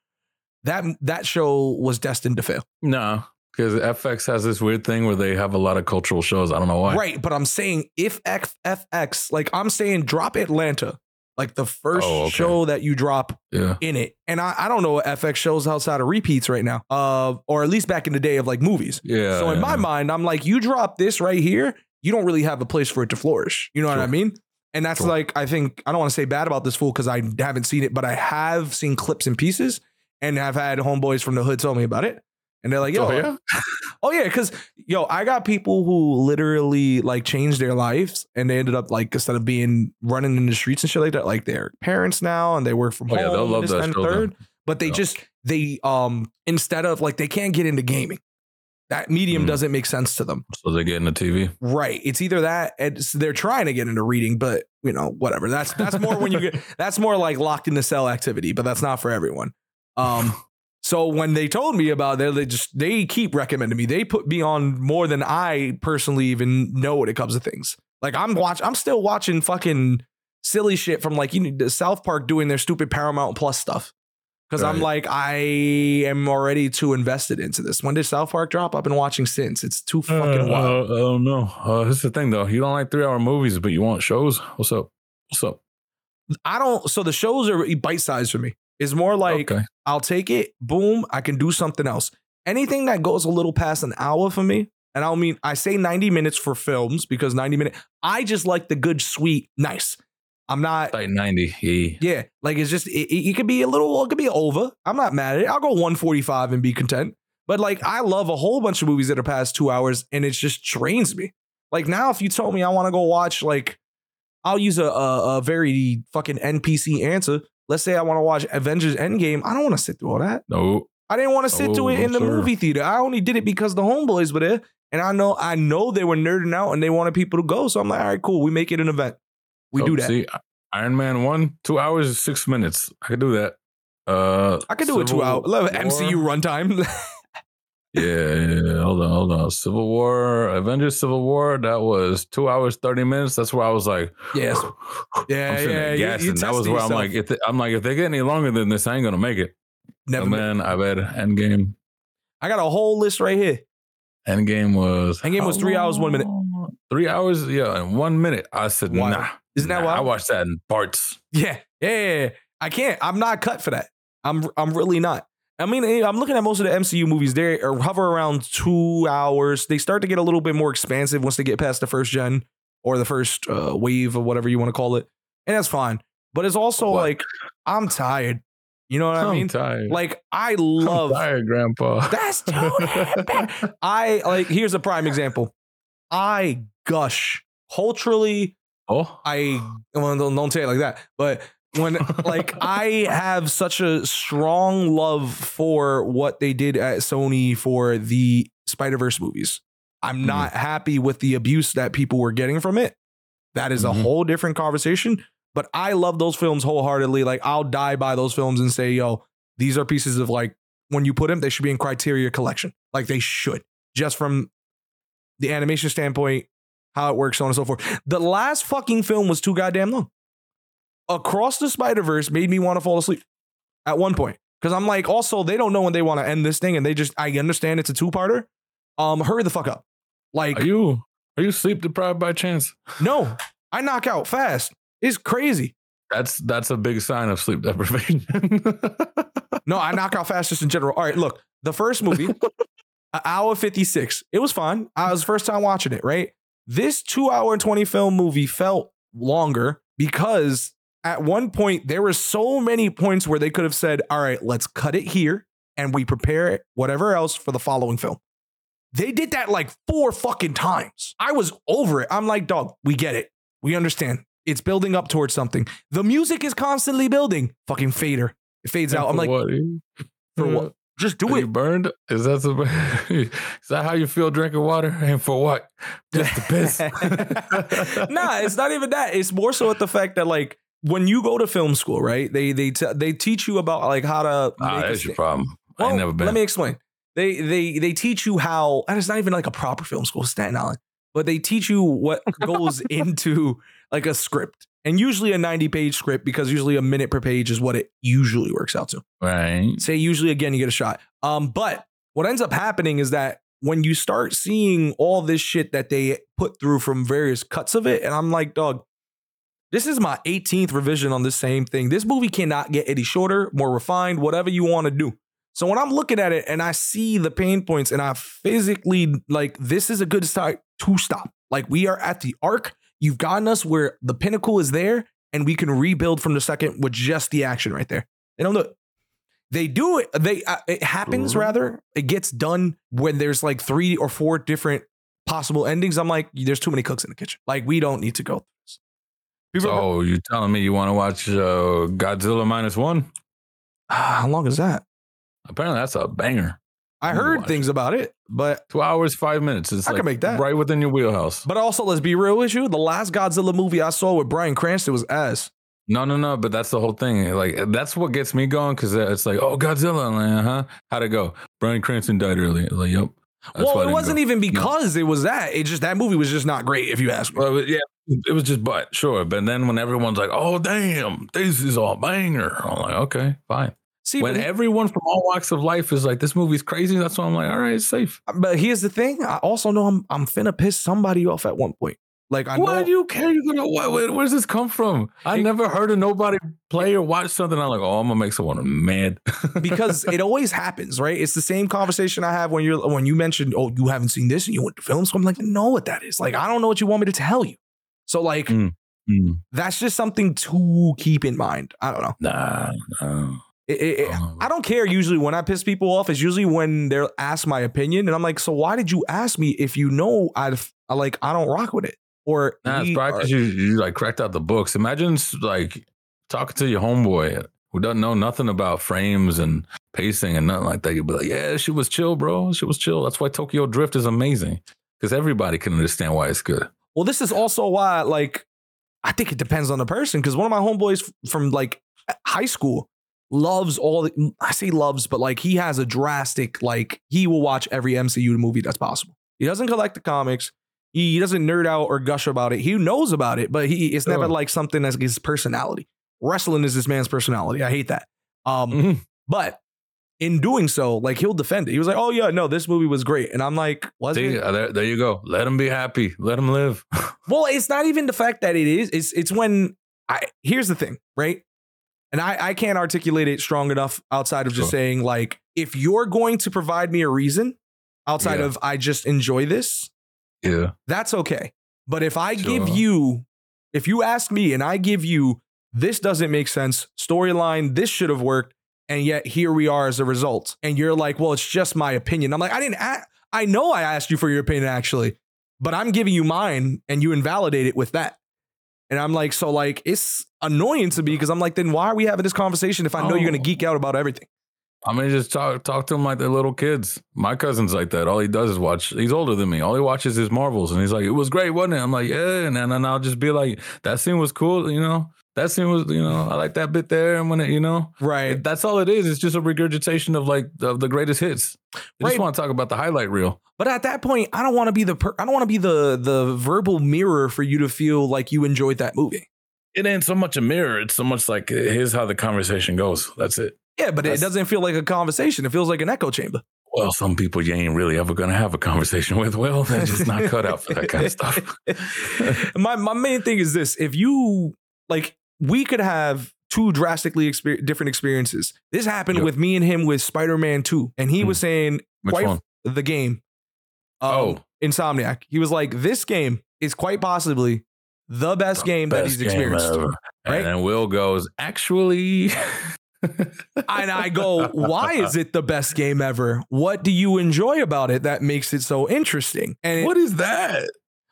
that that show was destined to fail.
No, because FX has this weird thing where they have a lot of cultural shows. I don't know why.
Right, but I'm saying if F- FX, like I'm saying, drop Atlanta, like the first
Oh, okay.
show that you drop
Yeah.
in it. And I, I don't know what FX shows outside of repeats right now, uh, or at least back in the day of like movies.
Yeah.
so in
yeah,
my
yeah.
mind, I'm like, you drop this right here, you don't really have a place for it to flourish. You know what I
Sure.
mean? And that's
Sure.
like, I think, I don't want to say bad about this fool because I haven't seen it, but I have seen clips and pieces and I've had homeboys from the hood tell me about it. And they're like, yo,
Oh, yeah?
Oh yeah, because yo, I got people who literally like changed their lives and they ended up like instead of being running in the streets and shit like that, like they're parents now and they work from
Oh,
home.
yeah, they'll love
this,
that
and
show then.
third, but they
Yeah.
just they um instead of like they can't get into gaming. That medium
Mm.
doesn't make sense to them.
So they get in the TV.
Right. It's either that and it's- they're trying to get into reading, but you know, whatever. That's that's more when you get that's more like locked in the cell activity, but that's not for everyone. Um so when they told me about it, they just they keep recommending me. They put me on more than I personally even know when it comes to things. Like I'm watch I'm still watching fucking silly shit from like you know, the South Park doing their stupid Paramount Plus stuff. Cause I'm like, I am already too invested into this. When did South Park drop? I've been watching since. It's too fucking
uh,
wild.
Uh, I don't know. Uh, here's the thing, though. You don't like three-hour movies, but you want shows. What's up? What's up?
I don't. So the shows are bite sized for me. It's more like
okay.
I'll take it. Boom, I can do something else. Anything that goes a little past an hour for me, and I mean I say ninety minutes for films because ninety minute. I just like the good, sweet, nice. I'm not.
Tight ninety. Yeah.
Yeah, like it's just it, it it could be a little. It could be over. I'm not mad at it. I'll go one forty five and be content. But like I love a whole bunch of movies that are past two hours, and it just drains me. Like now, if you told me I want to go watch like, I'll use a, a a very fucking NPC answer. Let's say I want to watch Avengers Endgame. I don't want to sit through all that.
No.
I didn't want to sit
Oh,
through it in the
sure.
movie theater. I only did it because the homeboys were there, and I know I know they were nerding out and they wanted people to go. So I'm like, all right, cool. We make it an event. We
Oh,
do that.
See, Iron Man one, two hours and six minutes. I could do that. Uh,
I could do it two
Civil
hour love
War.
MCU runtime.
Yeah, yeah, yeah. Hold on, hold on. Civil War, Avengers: Civil War. That was two hours thirty minutes. That's where I was like,
Yes. Yeah,
I'm sitting
yeah,
there
you-
gassing.
you
that was
testing
where
yourself.
I'm like, if they, I'm like, if they get any longer than this, I ain't gonna make it.
Never.
and
mind.
then I bet Endgame.
I got a whole list right here.
Endgame was
Endgame was
how
three hours, one minute.
long? Three hours, yeah, and one minute. I said,
Wild.
nah.
Isn't that
nah. I
wild?
watched that in parts.
Yeah, yeah, yeah, yeah. I can't. I'm not cut for that. I'm I'm really not. I mean, eh, I'm looking at most of the MCU movies. They are hover around two hours. They start to get a little bit more expansive once they get past the first gen or the first uh, wave of whatever you want to call it, and that's fine. But it's also
What?
like I'm tired. You know what i
I'm
mean?
tired.
Like I
I'm
love
tired, Grandpa.
that's too bad. I like here's a prime example. I gush culturally.
oh,
I well, don't, don't say it like that, but when like I have such a strong love for what they did at Sony for the Spider Verse movies. I'm not happy with the abuse that people were getting from it. That is a
Mhm.
whole different conversation. But I love those films wholeheartedly. Like I'll die by those films and say, yo, these are pieces of like when you put them, they should be in criteria collection. Like they should, just from the animation standpoint, how it works, so on and so forth. The last fucking film was too goddamn long. Across the Spider Verse made me want to fall asleep at one point because I'm like, also they don't know when they want to end this thing, and they just I understand it's a two parter. Um, hurry the fuck up. Like,
are you are you sleep deprived by chance?
no, I knock out fast. It's crazy.
That's that's a big sign of sleep deprivation.
No, I knock out fast just in general. All right, look, the first movie, an hour 56. It was fun. I was first time watching it, right? This two hour and 20 film movie felt longer because at one point there were so many points where they could have said, all right, let's cut it here and we prepare whatever else for the following film. They did that like four fucking times. I was over it. I'm like, dog, we get it. We understand. It's building up towards something. The music is constantly building. Fucking fader. It fades out. I'm like,
what? uh,
for what? Just do
Are you
it.
burned? Is that so, is that how you feel drinking water? And for what? Just the piss.
nah, it's not even that. It's more so at the fact that like when you go to film school, right? They they te- they teach you about like how to.
Ah,
make a
that's your
sta-
problem. I ain't
Well,
never been.
Let me explain. They they they teach you how, and it's not even like a proper film school, Staten Island, but they teach you what goes into like a script, and usually a ninety page script because usually a minute per page is what it usually works out to.
right.
say usually again you get a shot um but what ends up happening is that when you start seeing all this shit that they put through from various cuts of it and i'm like dog this is my 18th revision on this same thing this movie cannot get any shorter more refined whatever you want to do so when i'm looking at it and i see the pain points and i physically like this is a good start to stop like we are at the arc you've gotten us where the pinnacle is there and we can rebuild from the second with just the action right there they don't do it they do it they uh, it happens
Mhm.
rather it gets done when there's like three or four different possible endings i'm like there's too many cooks in the kitchen like we don't need to go through this People are-
So you telling me you want to watch uh, Godzilla minus one?
Ah, how long is that
Apparently that's a banger.
i
Ooh,
heard
I-
things about it but
Two hours, five minutes. It's
I can
like
make that.
right within your wheelhouse.
but also let's be real with you the last godzilla movie i saw with brian cranston was ass
No, no, no. But that's the whole thing. Like that's what gets me going because it's like, oh, Godzilla. uh huh. How'd it go? Brian Cranston died early. Like, yep. That's why I
well it
didn't
wasn't
go.
even because it was that it just that movie was just not great if you ask me
Well, but yeah, it was just butt, sure. But then when everyone's like, oh, damn, this is a banger. I'm like, okay, fine.
see
when
but-
everyone from all walks of life is like, this movie's crazy, that's why I'm like, all right, it's safe.
but here's the thing i also know i'm i'm finna piss somebody off at one point like i
Why
know
do you care? You're gonna, why, where, where does this come from? I
It-
never heard of nobody play or watch something. I'm like, oh, I'm gonna make someone mad.
because it always happens, right? It's the same conversation I have when you're when you mentioned, oh, you haven't seen this and you went to film school. I'm like, no, what that is. Like, I don't know what you want me to tell you. So, like,
Mm.
Hmm.
Mm,
that's just something to keep in mind. I don't know.
nah, no.
It- it- it-
Oh,
I don't care. Usually, when I piss people off, is usually when they're asked my opinion, and I'm like, so why did you ask me if you know I I like I don't rock with it or
Nah, it's
we
probably
are-
because you, you like cracked out the books. Imagine s- like talking to your homeboy who doesn't know nothing about frames and pacing and nothing like that. You'd be like, yeah, she was chill, bro. She was chill. That's why Tokyo Drift is amazing because everybody can understand why it's good.
Well, this is also why, like, I think it depends on the person. Because one of my homeboys f- from like high school loves all. The, I say loves, but like he has a drastic like he will watch every MCU movie that's possible. He doesn't collect the comics. He doesn't nerd out or gush about it. He knows about it, but he it's never
Sure.
like something that's his personality. Wrestling is this man's personality. I hate that. Um,
Mm.
but in doing so, like he'll defend it. He was like, "Oh yeah, no, this movie was great," and I'm like, "Was it?"
See, uh, there, there you go. Let them be happy. Let them live.
Well, it's not even the fact that it is. It's it's when I here's the thing, right? and I, I can't articulate it strong enough outside of just
Sure.
saying like if you're going to provide me a reason outside
Yeah.
of I just enjoy this,
Yeah.
that's okay. But if I give
Sure.
you, if you ask me and I give you this doesn't make sense storyline, this should have worked, and yet here we are as a result, and you're like, well, it's just my opinion. I'm like, I didn't. A- I know I asked you for your opinion actually, but I'm giving you mine, and you invalidate it with that. And I'm like, so like it's annoying to me because I'm like, then why are we having this conversation if I know you're gonna
Oh.
geek out about everything?
I mean, just talk talk to them like they're little kids. My cousin's like that. All he does is watch. He's older than me. All he watches is Marvels, and he's like, "It was great, wasn't it?" I'm like, "Yeah," and then and I'll just be like, "That scene was cool," you know. That scene was, you know, I like that bit there, and when it, you know,
Right.
that's all it is. It's just a regurgitation of like of the greatest hits. I
Right.
just want to talk about the highlight reel.
But at that point, I don't want to be the per- I don't want to be the the verbal mirror for you to feel like you enjoyed that movie.
It ain't so much a mirror. It's so much like here's how the conversation goes. That's it.
Yeah, but
That's-
it doesn't feel like a conversation. It feels like an echo chamber.
Well, some people you ain't really ever gonna have a conversation with. Well, they're just not cut out for that kind of stuff.
my my main thing is this: if you like, we could have two drastically exper- different experiences. This happened
Yep.
with me and him with Spider Man Two, and he was saying
Which
Quite-
one?
the game. um,
Oh.
Insomniac. He was like, this game is quite possibly the best game that he's
Best game
experienced.
ever.
right?
And then Will goes, actually.
and I go, why is it the best game ever? What do you enjoy about it that makes it so interesting? And it-
What is that?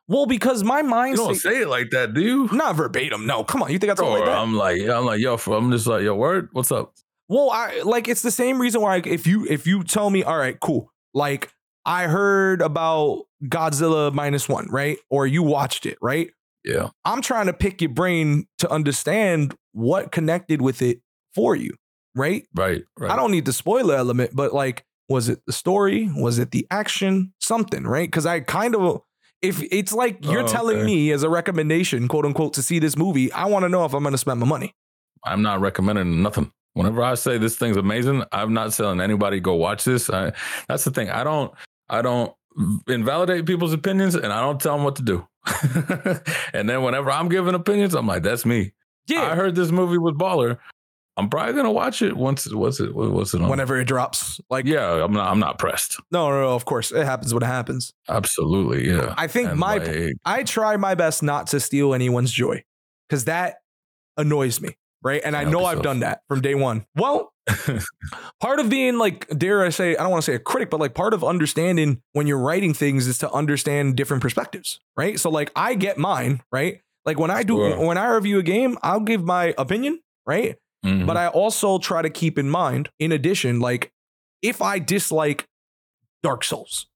well, because my
You
mind
don't say it like that, do you?
not verbatim. No, come on, you think I
Or
talk like that?
I'm like, I'm like, yo, I'm just like, yo, word, what's up?
Well, I like it's the same reason why like, if you if you tell me, all right, cool, like I heard about Godzilla minus one, right? Or you watched it, right?
Yeah.
I'm trying to pick your brain to understand what connected with it for you, right?
Right. Right.
I don't need the spoiler element, but like, was it the story? Was it the action? Something, right? Because I kind of, if it's like you're
Oh,
telling
okay.
me as a recommendation, quote unquote, to see this movie, I want to know if I'm going to spend my money.
I'm not recommending nothing. Whenever I say this thing's amazing, I'm not telling anybody go watch this. I, that's the thing. I don't I don't invalidate people's opinions and I don't tell them what to do. and then whenever I'm giving opinions, I'm like, that's me. I heard this movie was baller. I'm probably gonna watch it once. What's it? What's it on?
whenever it drops, like,
Yeah, I'm not. I'm not pressed.
no, no, no, of course, it happens when it happens.
Absolutely. Yeah.
I think
And,
my,
like,
I try my best not to steal anyone's joy because that annoys me, right? And I
Help
know I've
yourself.
done that from day one. Well, part of being like, dare I say, I don't want to say a critic, but like part of understanding when you're writing things is to understand different perspectives, right? So like I get mine, right? Like when I do,
Sure.
when I review a game, I'll give my opinion, right?
mhm.
But I also try to keep in mind, in addition, like if I dislike Dark Souls,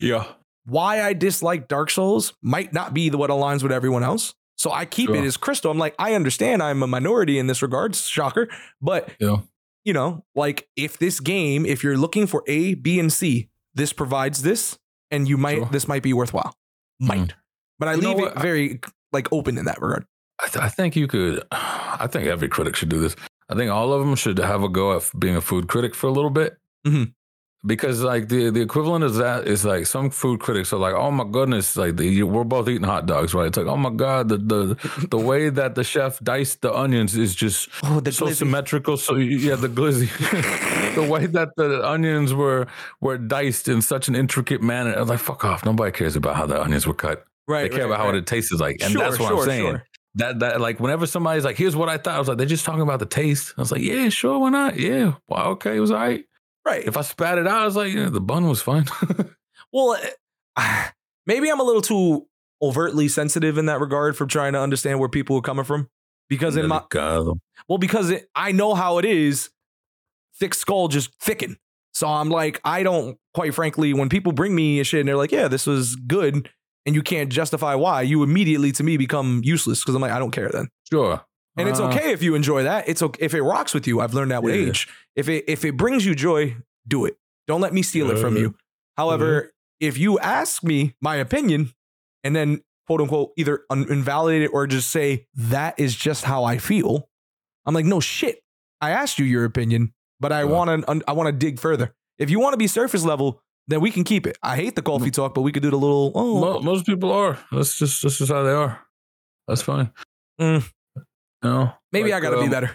yeah,
why I dislike Dark Souls might not be the what aligns with everyone else. So I keep
Sure.
it as crystal. I'm like, I understand I'm a minority in this regard, shocker. But
Yeah.
you know, like if this game, if you're looking for A, B, and C, this provides this, and you might
Sure.
this might be worthwhile. Might.
Mm.
But I
You know
leave it
what? I-
very like open in that regard.
I, th- I think you could. I think every critic should do this. I think all of them should have a go at being a food critic for a little bit.
Mhm.
Because like the, the equivalent of that is like some food critics are like, oh my goodness, like the, we're both eating hot dogs, right? It's like, oh my god, the the the way that the chef diced the onions is just
Oh, the
so symmetrical. So yeah, the glizzy, the way that the onions were were diced in such an intricate manner. I was like, fuck off. Nobody cares about how the onions were cut.
right,
They care about how it tastes like, and
Sure,
that's what
sure,
I'm saying.
sure.
That that like whenever somebody's like, here's what I thought. I was like, they're just talking about the taste. I was like, yeah, sure, why not? Yeah, well, okay, it was all right.
Right.
If I spat it out, I was like, yeah, the bun was fine.
Well, eh, maybe I'm a little too overtly sensitive in that regard for trying to understand where people are coming from. Because in my
Delicado.
well, because it, I know how it is, thick skull just thicken. So I'm like, I don't quite frankly, when people bring me shit and they're like, yeah, this was good, and you can't justify why, you immediately to me become useless because I'm like, I don't care then.
sure,
And it's
Uh,
okay if you enjoy that. It's okay if it rocks with you. I've learned that with
Yeah.
age. If it if it brings you joy, do it. Don't let me steal it from
Uh-huh.
you. However,
Mm-hmm.
if you ask me my opinion and then quote unquote either un- invalidate it or just say that is just how I feel, I'm like, no shit. I asked you your opinion, but I
Yeah.
want to I want to dig further. If you want to be surface level, then we can keep it. I hate the coffee talk, but we could do the little oh
Mm-hmm. Mo- most people are. That's just this is how they are. That's fine.
Mm.
No,
maybe
Like,
I got to be
um,
better.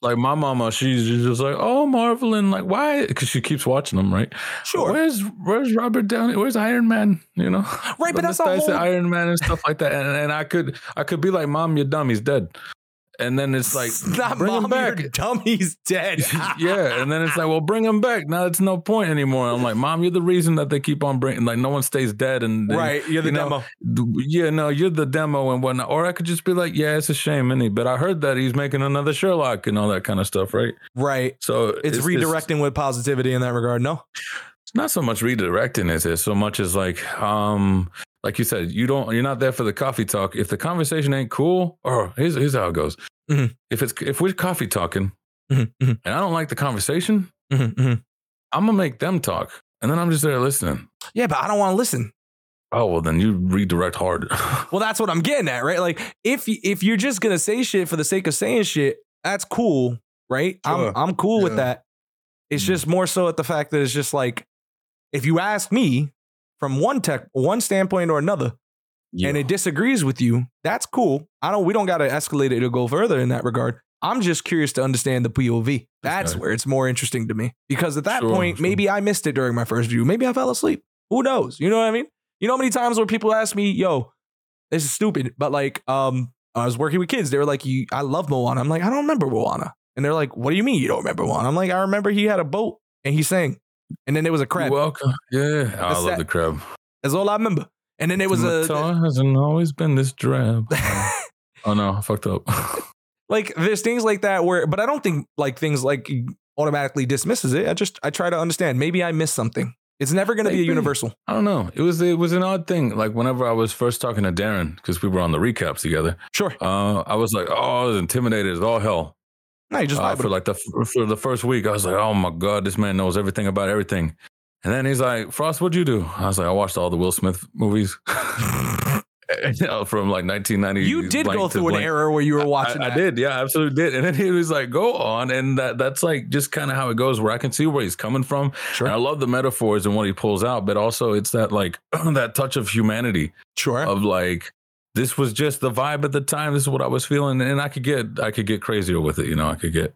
like my mama, she's just like, oh Marvel, and like why? Because she keeps watching them, right?
Sure.
Where's Where's Robert Downey? Where's Iron Man? You know,
right, but that's a
I said
whole
Iron Man and stuff like that. And, and I could I could be like, mom, your dummy's dead. And then it's like,
Stop,
bring him
mom, your
back.
dummy's dead.
yeah, and then it's like, well, bring him back. Now it's no point anymore. I'm like, mom, you're the reason that they keep on bringing. Like, no one stays dead, and and
Right, you're the
You know,
demo.
yeah, no, you're the demo and whatnot. Or I could just be like, yeah, it's a shame, is But I heard that he's making another Sherlock and all that kind of stuff, right?
Right.
So
It's,
just-
redirecting with positivity in that regard. No.
it's not so much redirecting as it's so much as like, um, like you said, you don't, you're not there for the coffee talk. If the conversation ain't cool, or here's, here's how it goes.
Mhm.
If it's if we're coffee talking
Mhm, mhm,
and I don't like the conversation,
mhm, mhm.
I'm gonna make them talk, and then I'm just there listening.
Yeah, but I don't want to listen.
Oh well, then you redirect hard.
Well, that's what I'm getting at, right? Like if y- if you're just gonna say shit for the sake of saying shit, that's cool, right?
Sure.
I'm I'm cool with
Yeah.
that. It's
Mm.
just more so at the fact that it's just like if you ask me from one tech one standpoint or another, and it disagrees with you, that's cool. I don't. We don't got to escalate it or go further in that regard. I'm just curious to understand the POV. That's
Okay.
where it's more interesting to me because at that
Sure,
point,
sure.
maybe I missed it during my first view. Maybe I fell asleep. Who knows? You know what I mean? You know how many times where people ask me, "Yo, this is stupid," but like, um, I was working with kids. They were like, "You, I love Moana." I'm like, "I don't remember Moana," and they're like, "What do you mean you don't remember Moana?" I'm like, "I remember he had a boat and he sang, and then there was a
You're
crab.
welcome. Yeah, I love
set-
the crab.
That's all I remember." And then there was
My
a
tongue hasn't always been this drab. oh no, I fucked up.
like there's things like that where but i don't think like things like automatically dismisses it i just i try to understand maybe i missed something it's never going to be a
Maybe.
universal
I don't know. It was it was an odd thing. Like whenever I was first talking to Darren, because we were on the recaps together,
sure
uh, I was like, oh, I was intimidated as all hell.
no you just
Uh,
vibe with
for
it.
like the for the first week, I was like, oh my god, this man knows everything about everything. And then he's like, Frost, what'd you do? I was like, I watched all the Will Smith movies. You know, from like 1990.
you did
blank
go
to
through an
blank.
era where you were
I-
watching
I, I
that.
did, yeah, absolutely did. And then he was like, "Go on," and that that's like just kind of how it goes. Where I can see where he's coming from.
sure
And I love the metaphors and what he pulls out, but also it's that like that touch of humanity
sure
of like this was just the vibe at the time. This is what I was feeling, and I could get I could get crazier with it. You know, I could get a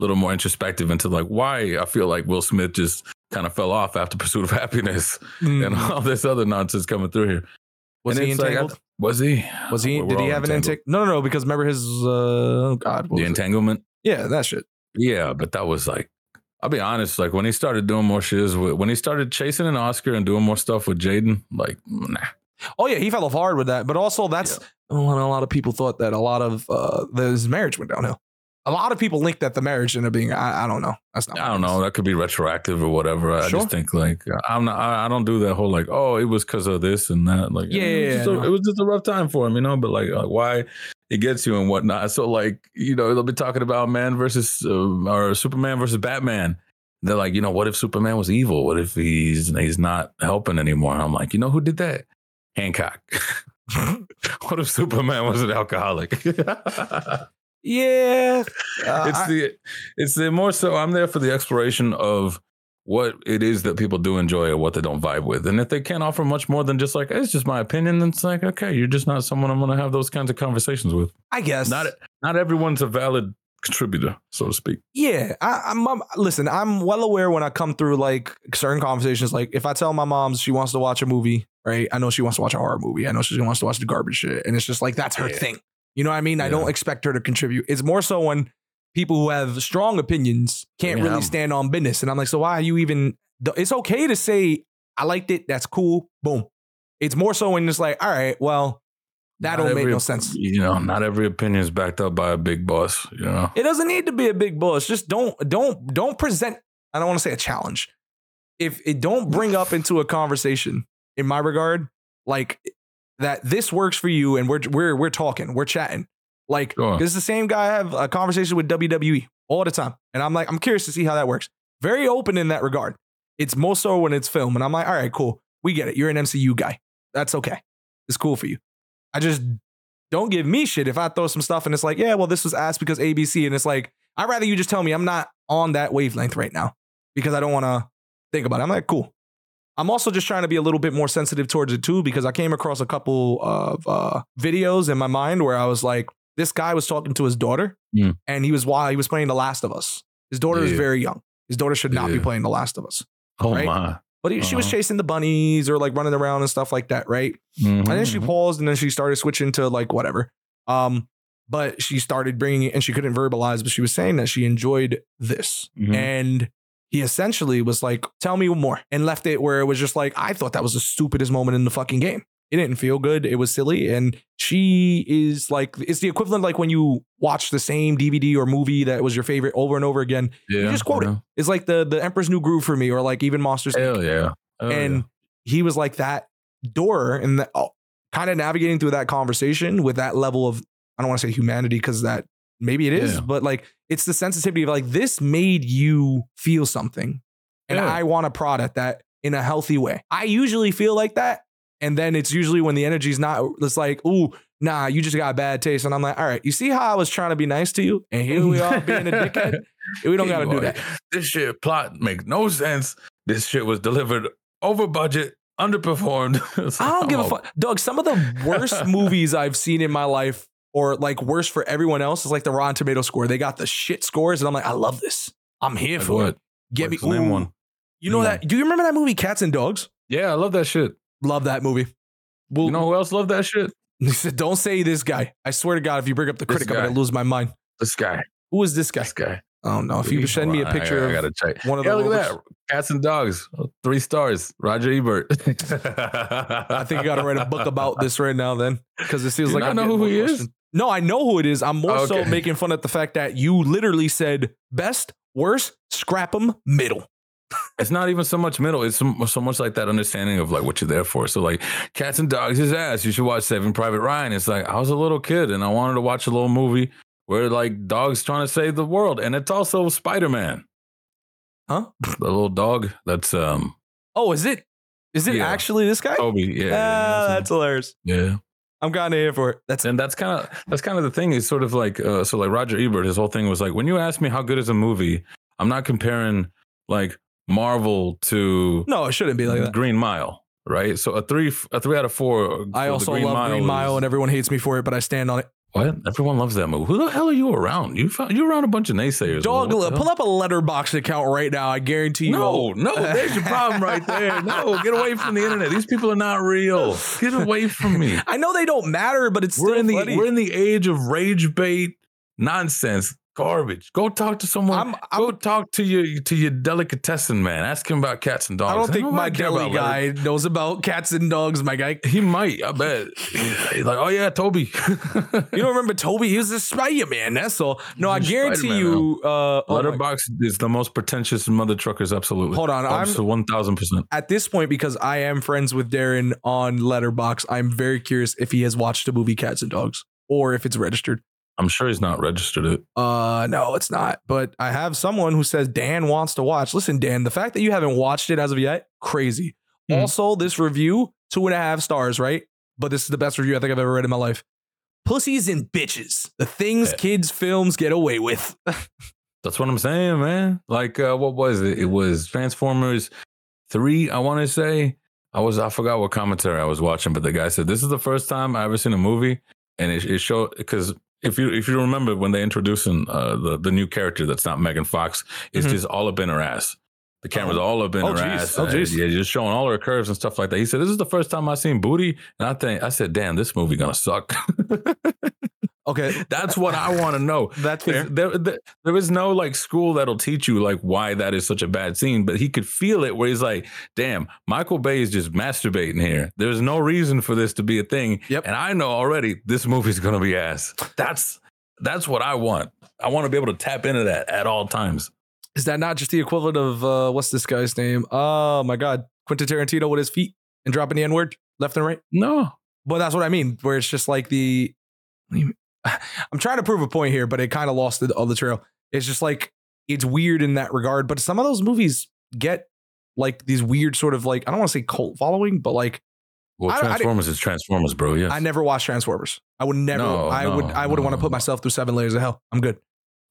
little more introspective into like why I feel like Will Smith just kind of fell off after Pursuit of Happiness
Mm.
and all this other nonsense coming through here.
was
And
he
it's like, I-
entangled
was he?
was he
We're
did he
all
have an
entangled.
intake no no no because remember his uh god what was
The
it?
entanglement.
yeah that shit
Yeah, but that was like, I'll be honest. Like when he started doing more shiz, with, when he started chasing an Oscar and doing more stuff with Jaden, like nah.
oh yeah he fell off hard with that but also that's when a lot of people thought that a lot of uh his marriage went downhill a lot of people linked that the marriage ended up being i, I don't know that's not
I
my
don't
business.
know. That could be retroactive or whatever. I
Sure.
just think like I'm not. I, I don't do that whole like oh it was because of this and that. Like
Yeah,
it
yeah,
was, just
yeah,
a,
no.
it was just a rough time for him, you know. But like, like why it gets you and whatnot. So like you know they'll be talking about man versus uh, or Superman versus Batman. They're like you know what if Superman was evil? What if he's he's not helping anymore? I'm like you know who did that? Hancock. what if Superman was an alcoholic? it's
Yeah. Uh, I-
the it's the more so I'm there for the exploration of what it is that people do enjoy or what they don't vibe with. And if they can't offer much more than just like it's just my opinion, then it's like, okay, you're just not someone I'm gonna have those kinds of conversations with.
I guess.
Not not everyone's a valid contributor, so to speak.
yeah. I, I'm, I'm- Listen, I'm well aware when I come through like certain conversations. Like if I tell my mom she wants to watch a movie, right? I know she wants to watch a horror movie. I know she wants to watch the garbage shit, and it's just like that's her
Yeah.
thing. You know what I mean? I don't
Yeah.
expect her to contribute. It's more so when people who have strong opinions can't
Yeah.
really stand on business, and I'm like, so why are you even? It's okay to say I liked it. That's cool. Boom. It's more so when it's like, all right, well, that
Not
don't make
every-
no sense.
You know, not every opinion is backed up by a big boss, you know.
It doesn't need to be a big bull. It's just don't don't don't present. I don't want to say a challenge. If it don't bring up into a conversation, in my regard, like that this works for you, and we're we're we're talking, we're chatting. Like
Sure.
this is the same guy I have a conversation with WWE all the time, and I'm like I'm curious to see how that works. Very open in that regard. It's more so when it's film, and I'm like, all right, cool, we get it. You're an MCU guy. That's okay. It's cool for you. I just don't give me shit if I throw some stuff and it's like, yeah, well, this was asked because ABC. And it's like, I'd rather you just tell me I'm not on that wavelength right now because I don't want to think about it. I'm like, cool. I'm also just trying to be a little bit more sensitive towards it too because I came across a couple of uh, videos in my mind where I was like, This guy was talking to his daughter,
Hmm.
and he was while he was playing The Last of Us. His daughter is
Yeah.
very young. His daughter should not be
Yeah.
playing The Last of Us.
Oh
Right?
my.
But he, she was
Uh-huh.
chasing the bunnies or like running around and stuff like that, right? And then she paused and then she started switching to like whatever. Um, but she started bringing it and she couldn't verbalize, but she was saying that she enjoyed this.
Mhm.
And he essentially was like, tell me more and left it where it was just like, I thought that was the stupidest moment in the fucking game. It didn't feel good. It was silly. And she is like, it's the equivalent like when you watch the same DVD or movie that was your favorite over and over again.
yeah,
just quote it.
yeah.
It's like the, the Emperor's New Groove for me or like even Monsters. Inc
Hell yeah. Hell
and
Oh, yeah.
he was like that door and the, oh, kind of navigating through that conversation with that level of I don't want to say humanity because that maybe it is,
Yeah.
but like it's the sensitivity of like this made you feel something, and
Yeah.
I want to prod at that in a healthy way. I usually feel like that, and then it's usually when the energy's not. It's like ooh. Nah, you just got bad taste. And I'm like, all right, you see how I was trying to be nice to you? And here we are being a dickhead. We don't got to do
Anyway,
that.
This shit plot makes no sense. This shit was delivered over budget, underperformed. It's
I
like,
don't
I'm
give a
all-
fuck. Doug, some of the worst movies I've seen in my life, or like worse for everyone else, is like the Rotten Tomato score. They got the shit scores, and I'm like, I love this. I'm here
Like
for
what?
it. Get
What's
me
the name
ooh.
one?
You know
Name
that? Do you remember that movie Cats and Dogs?
Yeah, I love that shit.
Love that movie. Well,
You know who else loved that shit?
he said, don't say this guy. I swear to God, if you bring up the
This
critic, I'm gonna
guy.
lose my mind.
This guy.
Who is this guy?
This guy.
I don't know. If you
Hold
could send me a
on, I-
picture
I,
of
gotta check.
one of
Yeah,
the
look at
robots-
that. Cats and dogs. Three stars. Roger Ebert. I
I think I gotta write a book about this right now, then, because it feels
Do you
like
not
I'm
know
getting
who
more
he is?
questions. No, I know who it is. I'm more so
Okay.
making fun at the fact that you literally said best, worst, scrap 'em, middle.
It's not even so much middle. It's so, so much like that understanding of like what you're there for. So like cats and dogs is ass. You should watch Saving Private Ryan. It's like I was a little kid and I wanted to watch a little movie where like dogs trying to save the world, and it's also Spider Man.
Huh?
The little dog that's um
Oh, is it? Is it
Yeah.
actually this guy?
Toby. Yeah.
Ah,
yeah,
that's hilarious.
yeah.
I'm kind of here for it. That's
and that's kind of that's kind of the thing is sort of like uh, so like Roger Ebert his whole thing was like when you ask me how good is a movie I'm not comparing like Marvel to
no, it shouldn't be like that.
Green Mile right so a three a three out of four for
I
the
also love Green
is-
Mile, and everyone hates me for it, but I stand on it.
what everyone loves that movie who the hell are you around you found you around a bunch of naysayers
Dog,
What the
pull up a letterbox account right now. I guarantee you.
hell? no no there's your problem right there no get away from the internet these people are not real get away from me
I know they don't matter, but it's
we're
still
in the
funny.
we're in the age of rage bait nonsense garbage go talk to someone
I'm, I'm
Go talk to your to your delicatessen man. Ask him about cats and dogs.
I don't think
know
my
I care
deli
about Larry.
guy knows about cats and dogs, my guy.
He might. I bet. He's like, oh yeah, Toby.
You don't remember Toby? He was a Spider Man. That's all. No, I
He's a
guarantee
Spider-Man
you. Uh, oh my-
Letterbox is the most pretentious mother truckers. Absolutely.
hold on. I'm
Absolutely, one thousand percent.
at this point because I am friends with Darren on Letterbox. I'm very curious if he has watched the movie Cats and Dogs or if it's registered.
I'm sure he's not registered it.
Uh, no, it's not. But I have someone who says Dan wants to watch. Listen, Dan, the fact that you haven't watched it as of yet, crazy.
Hmm.
Also, this review, two and a half stars, right? But this is the best review I think I've ever read in my life. Pussies and bitches, the things
Yeah.
kids' films get away with.
That's what I'm saying, man. Like, uh, what was it? It was Transformers three. I want to say. I was. I forgot what commentary I was watching, but the guy said this is the first time I ever seen a movie, and it, it showed because if you if you remember when they introducing uh, the the new character that's not Megan Fox, it's
Mhm.
just all up in her ass. The camera's
Oh.
all up in
Oh,
her
jeez.
ass.
Oh,
and
jeez.
yeah, just showing all her curves and stuff like that. He said, "This is the first time I seen booty," and I think I said, "Damn, this movie gonna suck."
Okay,
that's what I want to know.
that's
There, there, there- there is no like school that'll teach you like why that is such a bad scene, but he could feel it where he's like, "Damn, Michael Bay is just masturbating here. There's no reason for this to be a thing."
Yep.
And I know already this movie's gonna be ass. That's that's what I want. I want to be able to tap into that at all times.
Is that not just the equivalent of uh, what's this guy's name? Oh my God, Quentin Tarantino with his feet and dropping the N word left and right.
No,
Well, that's what I mean. Where it's just like the, I'm trying to prove a point here, but it kind of lost the, on the trail. It's just like it's weird in that regard. But some of those movies get like these weird sort of like I don't want to say cult following, but like I-
well,
I didn't-
Transformers is Transformers, bro. Yeah,
I never watched Transformers. I would never.
No,
I would.
no,
I wouldn't want to
no.
put myself through seven layers of hell. I'm good.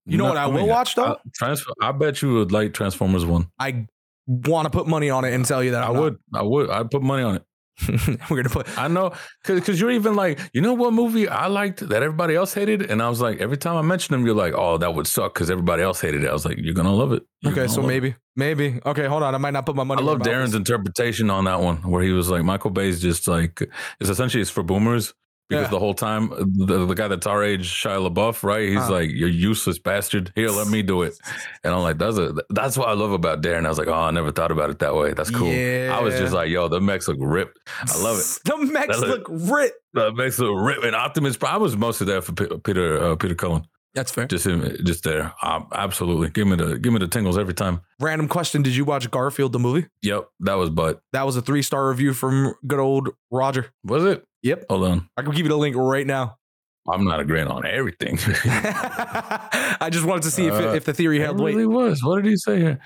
You know what I will watch though?
I, Transfer, I bet you would like Transformers one.
I want to put money on it and tell you that
I
I'm not.
would. I would. I'd put money on it.
We're gonna put
I know, cause, cause you're even like, you know what movie I liked that everybody else hated, and I was like, every time I mention them, you're like, oh, that would suck, cause everybody else hated it. I was like, you're gonna love it. You're
okay.
gonna
So
love it.
maybe, maybe. Okay, hold on. I might not put my money.
I
where my
love
mouth
Darren's
is.
interpretation on that one, where he was like, Michael Bay's just like, it's essentially it's for boomers because
Yeah.
the whole time the, the guy that's our age, Shia LaBeouf, right? He's
Uh-huh.
like, you're useless bastard. Here, let me do it. And I'm like, that's a, that's what I love about Darren. I was like, oh, I never thought about it that way. That's cool. I was just
Yeah.
like, yo, the mechs look ripped. I love it.
The mechs
That
look ripped.
The mechs look ripped. And Optimus Prime was mostly there for Pe- Peter uh, Peter Cullen.
That's fair.
Just him, just there. Um, absolutely, give me the give me the tingles every time.
Random question: Did you watch Garfield the movie?
Yep, that was but
That was a three star review from good old Roger.
was it?
Yep,
Hold on.
I can give you the link right now.
I'm not agreeing on everything.
I just wanted to see if,
Uh,
if the theory
it
held weight.
really was. What did he say here?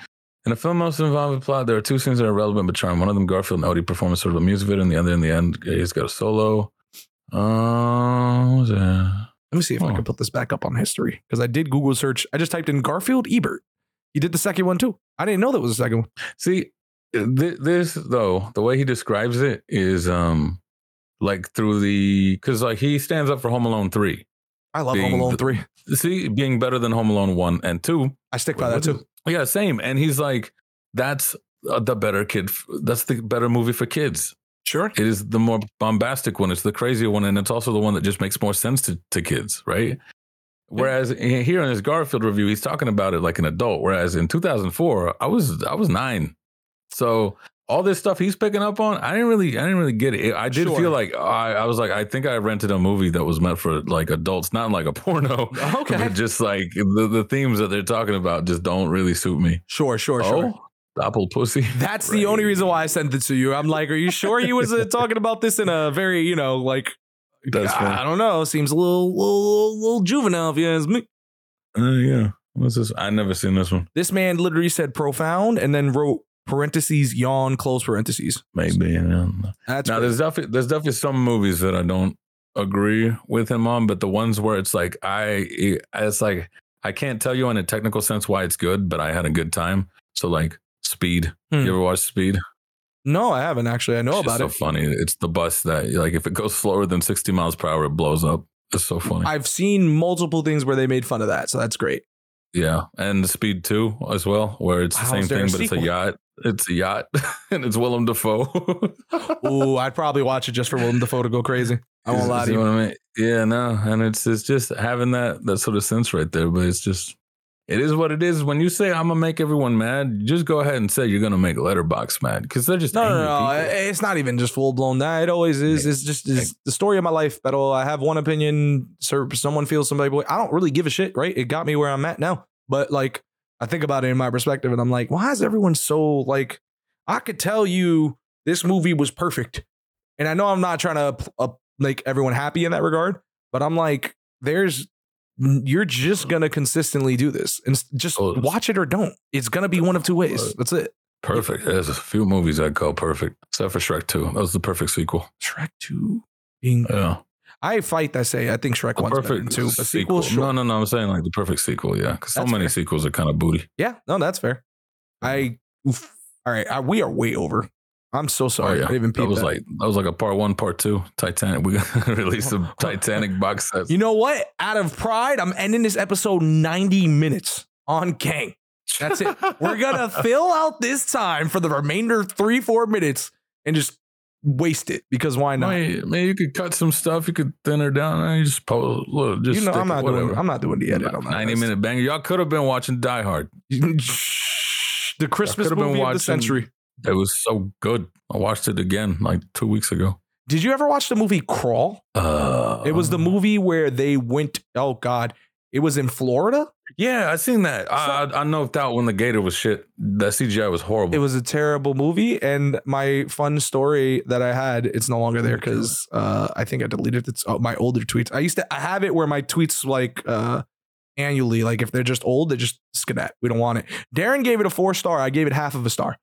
In a film most involved with plot, there are two scenes that are relevant but charm. One of them, Garfield and Odie perform a sort of a music video, and the other, in the end, he's got a solo. Um, yeah.
Let me see if I
Huh.
can put this back up on history because I did Google search. I just typed in Garfield Ebert. He did the second one too. I didn't know that was the second one.
See, th- this though, the way he describes it is um, like through the because like he stands up for Home Alone three.
I love
Being
Home Alone
the-
three.
See, being better than Home Alone one and two,
I stick by that
What
too.
is- Yeah, same. And he's like, that's uh, the better kid. f- That's the better movie for kids.
Sure.
It is the more bombastic one. It's the crazier one, and it's also the one that just makes more sense to, to kids, right? Whereas in- here in his Garfield review, he's talking about it like an adult. Whereas in 2004, I was I was nine, so all this stuff he's picking up on, I didn't really I didn't really get it. I did
Sure.
feel like I, I was like I think I rented a movie that was meant for like adults, not like a porno.
Okay.
But just like the, the themes that they're talking about just don't really suit me.
Sure. Sure. Sure.
Oh, Doppel pussy.
That's the only
Right.
reason why I sent it to you. I'm like, are you sure you was uh, talking about this in a very, you know, like
That's fair.
I, I don't know, seems a little, little, little juvenile. If you ask me.
Uh, yeah. What's this? I never seen this one.
This man literally said profound and then wrote parentheses yawn close parentheses.
Maybe. I don't know.
That's
now,
crazy.
there's definitely there's definitely some movies that I don't agree with him on, but the ones where it's like I e, it's like I can't tell you in a technical sense why it's good, but I had a good time. So like Speed.
Hmm.
You ever watch Speed?
no, I haven't actually. I know
it's just
about
so
it.
funny. It's the bus that like if it goes slower than 60 miles per hour, it blows up. It's so funny.
I've seen multiple things where they made fun of that, so that's great.
Yeah, and Speed Two as well, where it's the
Wow,
same
is there a
thing, but it's a
sequel?
yacht. It's a yacht, and it's Willem Dafoe.
Ooh, I'd probably watch it just for Willem Dafoe to go crazy. I won't lie to
See
you.
what I mean? Yeah, no, and it's it's just having that that sort of sense right there, but it's just. It is what it is. When you say I'm gonna make everyone mad, you just go ahead and say you're gonna make Letterbox mad because they're just
No, no,
angry
no. eh,
people.
I- uh, It's not even just full blown. Nah, it always is. It's just it's the story of my life. But I have one opinion. Sir, someone feels somebody. Boy, I don't really give a shit. Right? It got me where I'm at now. But like, I think about it in my perspective, and I'm like, why is everyone so like? I could tell you this movie was perfect, and I know I'm not trying to pl- uh, make everyone happy in that regard. But I'm like, there's you're just gonna consistently do this, and s- just
Oh, it's-
watch it or don't. It's gonna be one of two ways.
Right.
That's it.
Perfect. There's a few movies I'd call perfect, except for Shrek Two. That was the perfect sequel.
Shrek Two being
Yeah,
I fight that say I think Shrek
a
one's perfect
perfect
better than two. A sequel,
sequel.
sure.
No, no, no. I'm saying like the perfect sequel. Yeah, because so
That's
many
fair.
sequels are kind of booty.
Yeah, no, that's fair. I oof. all right. I, we are way over. I'm so sorry.
Oh, yeah.
I didn't even peep
That was
that.
like that was like a part one, part two, Titanic. We gotta release some Titanic box sets.
you know what? Out of pride, I'm ending this episode 90 minutes on Kang. That's it. We're gonna fill out this time for the remainder three four minutes and just waste it because why not?
Man, man, you could cut some stuff. You could thin her down. And you just post. Look, just
you know
stick
I'm
it,
not
whatever.
doing I'm not doing the edit on that.
Ninety
That's-
minute banger. Y'all could have been watching Die Hard.
The Christmas
could've been
movie of the
watching-
century.
It was so good. I watched it again like two weeks ago.
Did you ever watch the movie Crawl?
Uh,
It was the movie where they went. Oh God, it was in Florida.
Yeah, I seen that. I, I I know that when the Gator was shit. That CGI was horrible.
It was a terrible movie, and my fun story that I had it's no longer there because uh, I think I deleted it's oh, my older tweets. I used to I have it where my tweets like uh, annually, like if they're just old, they just skedat. We don't want it. Darren gave it a four star. I gave it half of a star.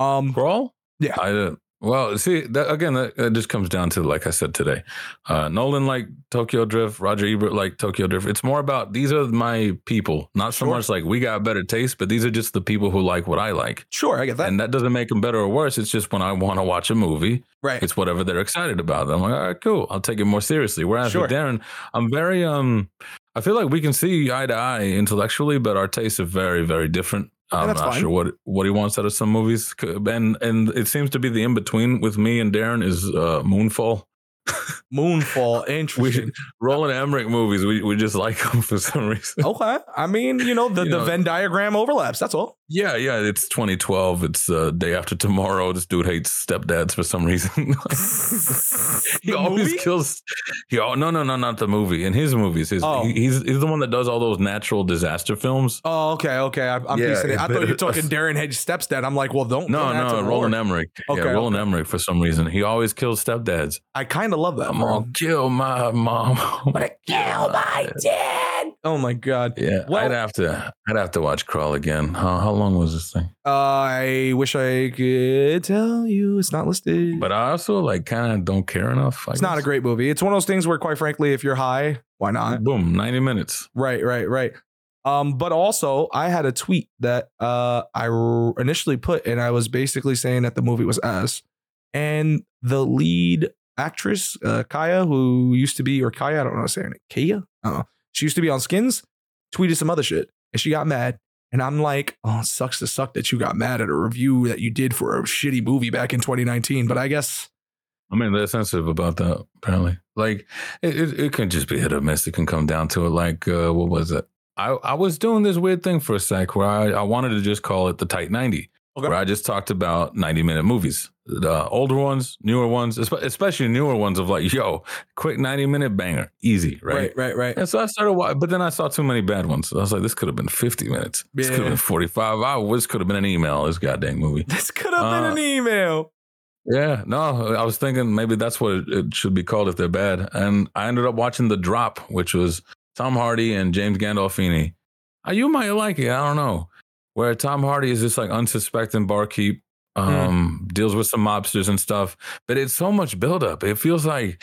Um,
Crawl?
Yeah.
I didn't. Well, see, that, again, that, that just comes down to like I said today, uh, Nolan like Tokyo Drift, Roger Ebert like Tokyo Drift. It's more about these are my people, not so
Sure.
much like we got better taste, but these are just the people who like what I like,
Sure, I get that.
and that doesn't make them better or worse. It's just when I want to watch a movie,
right.
it's whatever they're excited about. I'm like, all right, cool. I'll take it more seriously. Whereas
Sure.
with Darren, I'm very um, I feel like we can see eye to eye intellectually, but our tastes are very, very different. I'm
that's
not
fine.
sure what what he wants out of some movies, C- and and it seems to be the in between with me and Darren is uh, Moonfall.
Moonfall, interesting.
Roland Emmerich movies, we, we just like them for some reason.
okay, I mean, you know, the,
You
the
know.
Venn diagram overlaps. That's all.
Yeah, yeah, it's 2012. It's uh, day after tomorrow. This dude hates stepdads for some reason. he
The
always
movie?
kills. He al- no no no not the movie in his movies. His,
Oh.
he- he's he's the one that does all those natural disaster films.
Oh, okay, okay. I, I'm
Yeah,
piecing it.
it's
I thought you were
better-
talking Darren Hedge stepdad. I'm like, well, don't.
No
don't add to
no
the
Roland
lore.
Emmerich. yeah
Okay,
Roland Emmerich for some reason he always kills stepdads.
I kind of love that.
I'm
bro.
gonna kill my mom. I'm gonna kill my
dad. Oh my god.
Yeah,
Well-
I'd have to I'd have to watch Crawl again. How how long was this thing?
I wish I could tell you it's not listed.
But I also like kind of don't care enough. I
it's not a
guess.
great movie. It's one of those things where, quite frankly, if you're high, why not?
Boom, ninety minutes.
Right, right, right. Um, but also, I had a tweet that uh, I r- initially put, and I was basically saying that the movie was ass. And the lead actress, uh, Kaya, who used to be, or Kaya, I don't know how to say her name, Kaya? I don't know. She used to be on Skins, tweeted some other shit, and she got mad. And I'm like, oh, it sucks to suck that you got mad at a review that you did for a shitty movie back in 2019. But I guess,
I mean, they're sensitive about that, apparently. Like, it, it, it can just be hit or miss. It can come down to it. Like, uh, what was it? I, I was doing this weird thing for a sec where I, I wanted to just call it the Tight 90,
Okay.
where I just talked about 90 minute movies, the older ones, newer ones, espe- especially newer ones of like, yo, quick 90 minute banger, easy, right?
right, right, right.
And so I started, wa- but then I saw too many bad ones. I was like, this could have been 50 minutes. This could
Yeah.
have been 45 hours. This could have been an email, this goddamn movie.
This could have
Uh,
been an email.
Yeah, no, I was thinking maybe that's what it, it should be called if they're bad. And I ended up watching The Drop, which was Tom Hardy and James Gandolfini. Uh, You might like it, I don't know. Where Tom Hardy is this like unsuspecting barkeep, um, deals with some mobsters and stuff, but it's so much buildup. It feels like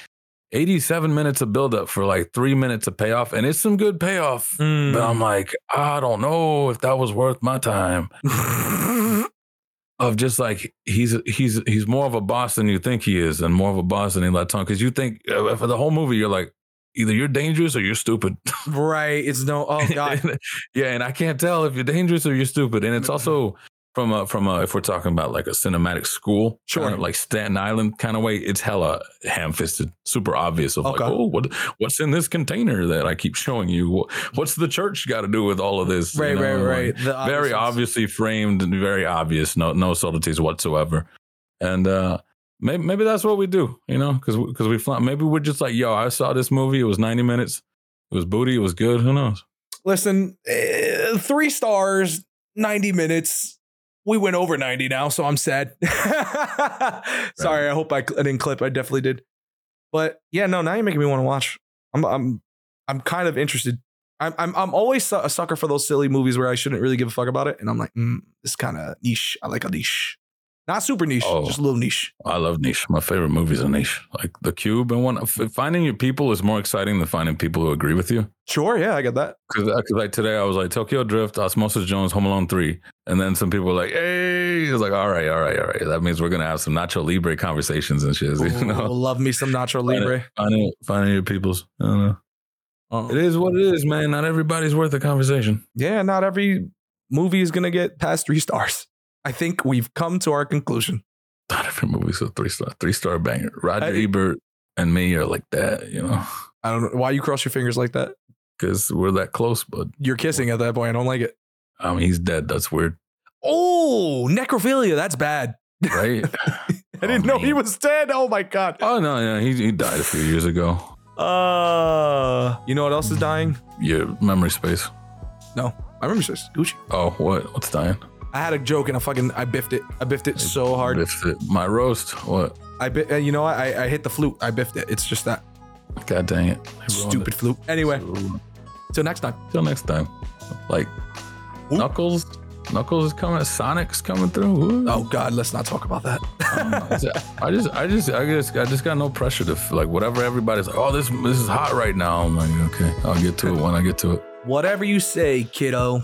87 minutes of buildup for like three minutes of payoff, and it's some good payoff.
Mm.
But I'm like, I don't know if that was worth my time of just like he's he's he's more of a boss than you think he is, and more of a boss than he let on. Because you think uh, for the whole movie, you're like either you're dangerous or you're stupid.
Right. It's no. Oh God.
yeah, and I can't tell if you're dangerous or you're stupid. And it's also from a from a if we're talking about like a cinematic school,
Sure.
kinda like Staten Island kind of way, it's hella ham fisted, super obvious. Of
Okay.
like, oh, what what's in this container that I keep showing you? What- What's the church got to do with all of this? You
right.
know,
Right. Right.
like-
The
very
obvious
obviously framed and very obvious no no subtleties whatsoever and uh maybe maybe that's what we do you know because because we fly, maybe we're just like yo i saw this movie it was 90 minutes it was booty it was good who knows
ones. Listen, eh, three stars, ninety minutes. We went over ninety now, so I'm sad. Sorry. I hope I, cl- I didn't clip. I definitely did. But yeah, no. Now you're making me want to watch. I'm. I'm. I'm kind of interested. I'm. I'm. I'm always su- a sucker for those silly movies where I shouldn't really give a fuck about it, and I'm like, mm, this kind of niche. I like a niche, not super niche,
Oh.
just a little niche.
i love niche my favorite movies are niche like the cube and one f- finding your people is more exciting than finding people who agree with you
Sure. Yeah, I get that.
because like today i was like tokyo drift osmosis jones home alone 3 and then some people were like hey it's like all right all right all right that means we're gonna have some nacho libre conversations and shit you know
Ooh, love me some Nacho
Find it.
Libre.
Finding finding your peoples. I don't know. It is what it is, man. Not everybody's worth a conversation.
yeah, not every movie is gonna get past three stars. I think we've come to our conclusion.
Not every movie's a three star three star banger. Roger
I-
Ebert and me are like that, you know,
I don't know why you cross your fingers like that.
because we're that close. But
You're kissing at that point. I don't like it.
I mean, he's dead. That's weird,
Oh, necrophilia. That's bad.
right?
I didn't
Oh,
know he
man.
was dead. Oh my god.
Oh no, no, he he died a few years ago.
Uh, you know what else is dying?
Your memory space.
No, I remember this. Gucci.
Oh, what? What's dying?
I had a joke and I fucking I biffed it. I biffed it so hard.
Biffed it. My roast. What?
I bi- uh, you know what? I, I hit the flute. I biffed it. It's just that
God dang it! I ruined
stupid flute. Anyway,
it.
till next time.
Till next time. Like
Ooh.
knuckles, Knuckles is coming. Sonic's coming through. Ooh.
Oh God, let's not talk about that.
I just, I just, I just, I just got no pressure to feel like whatever everybody's like. Oh, this, this is hot right now. I'm like, okay, I'll get to it when I get to it.
Whatever you say, kiddo.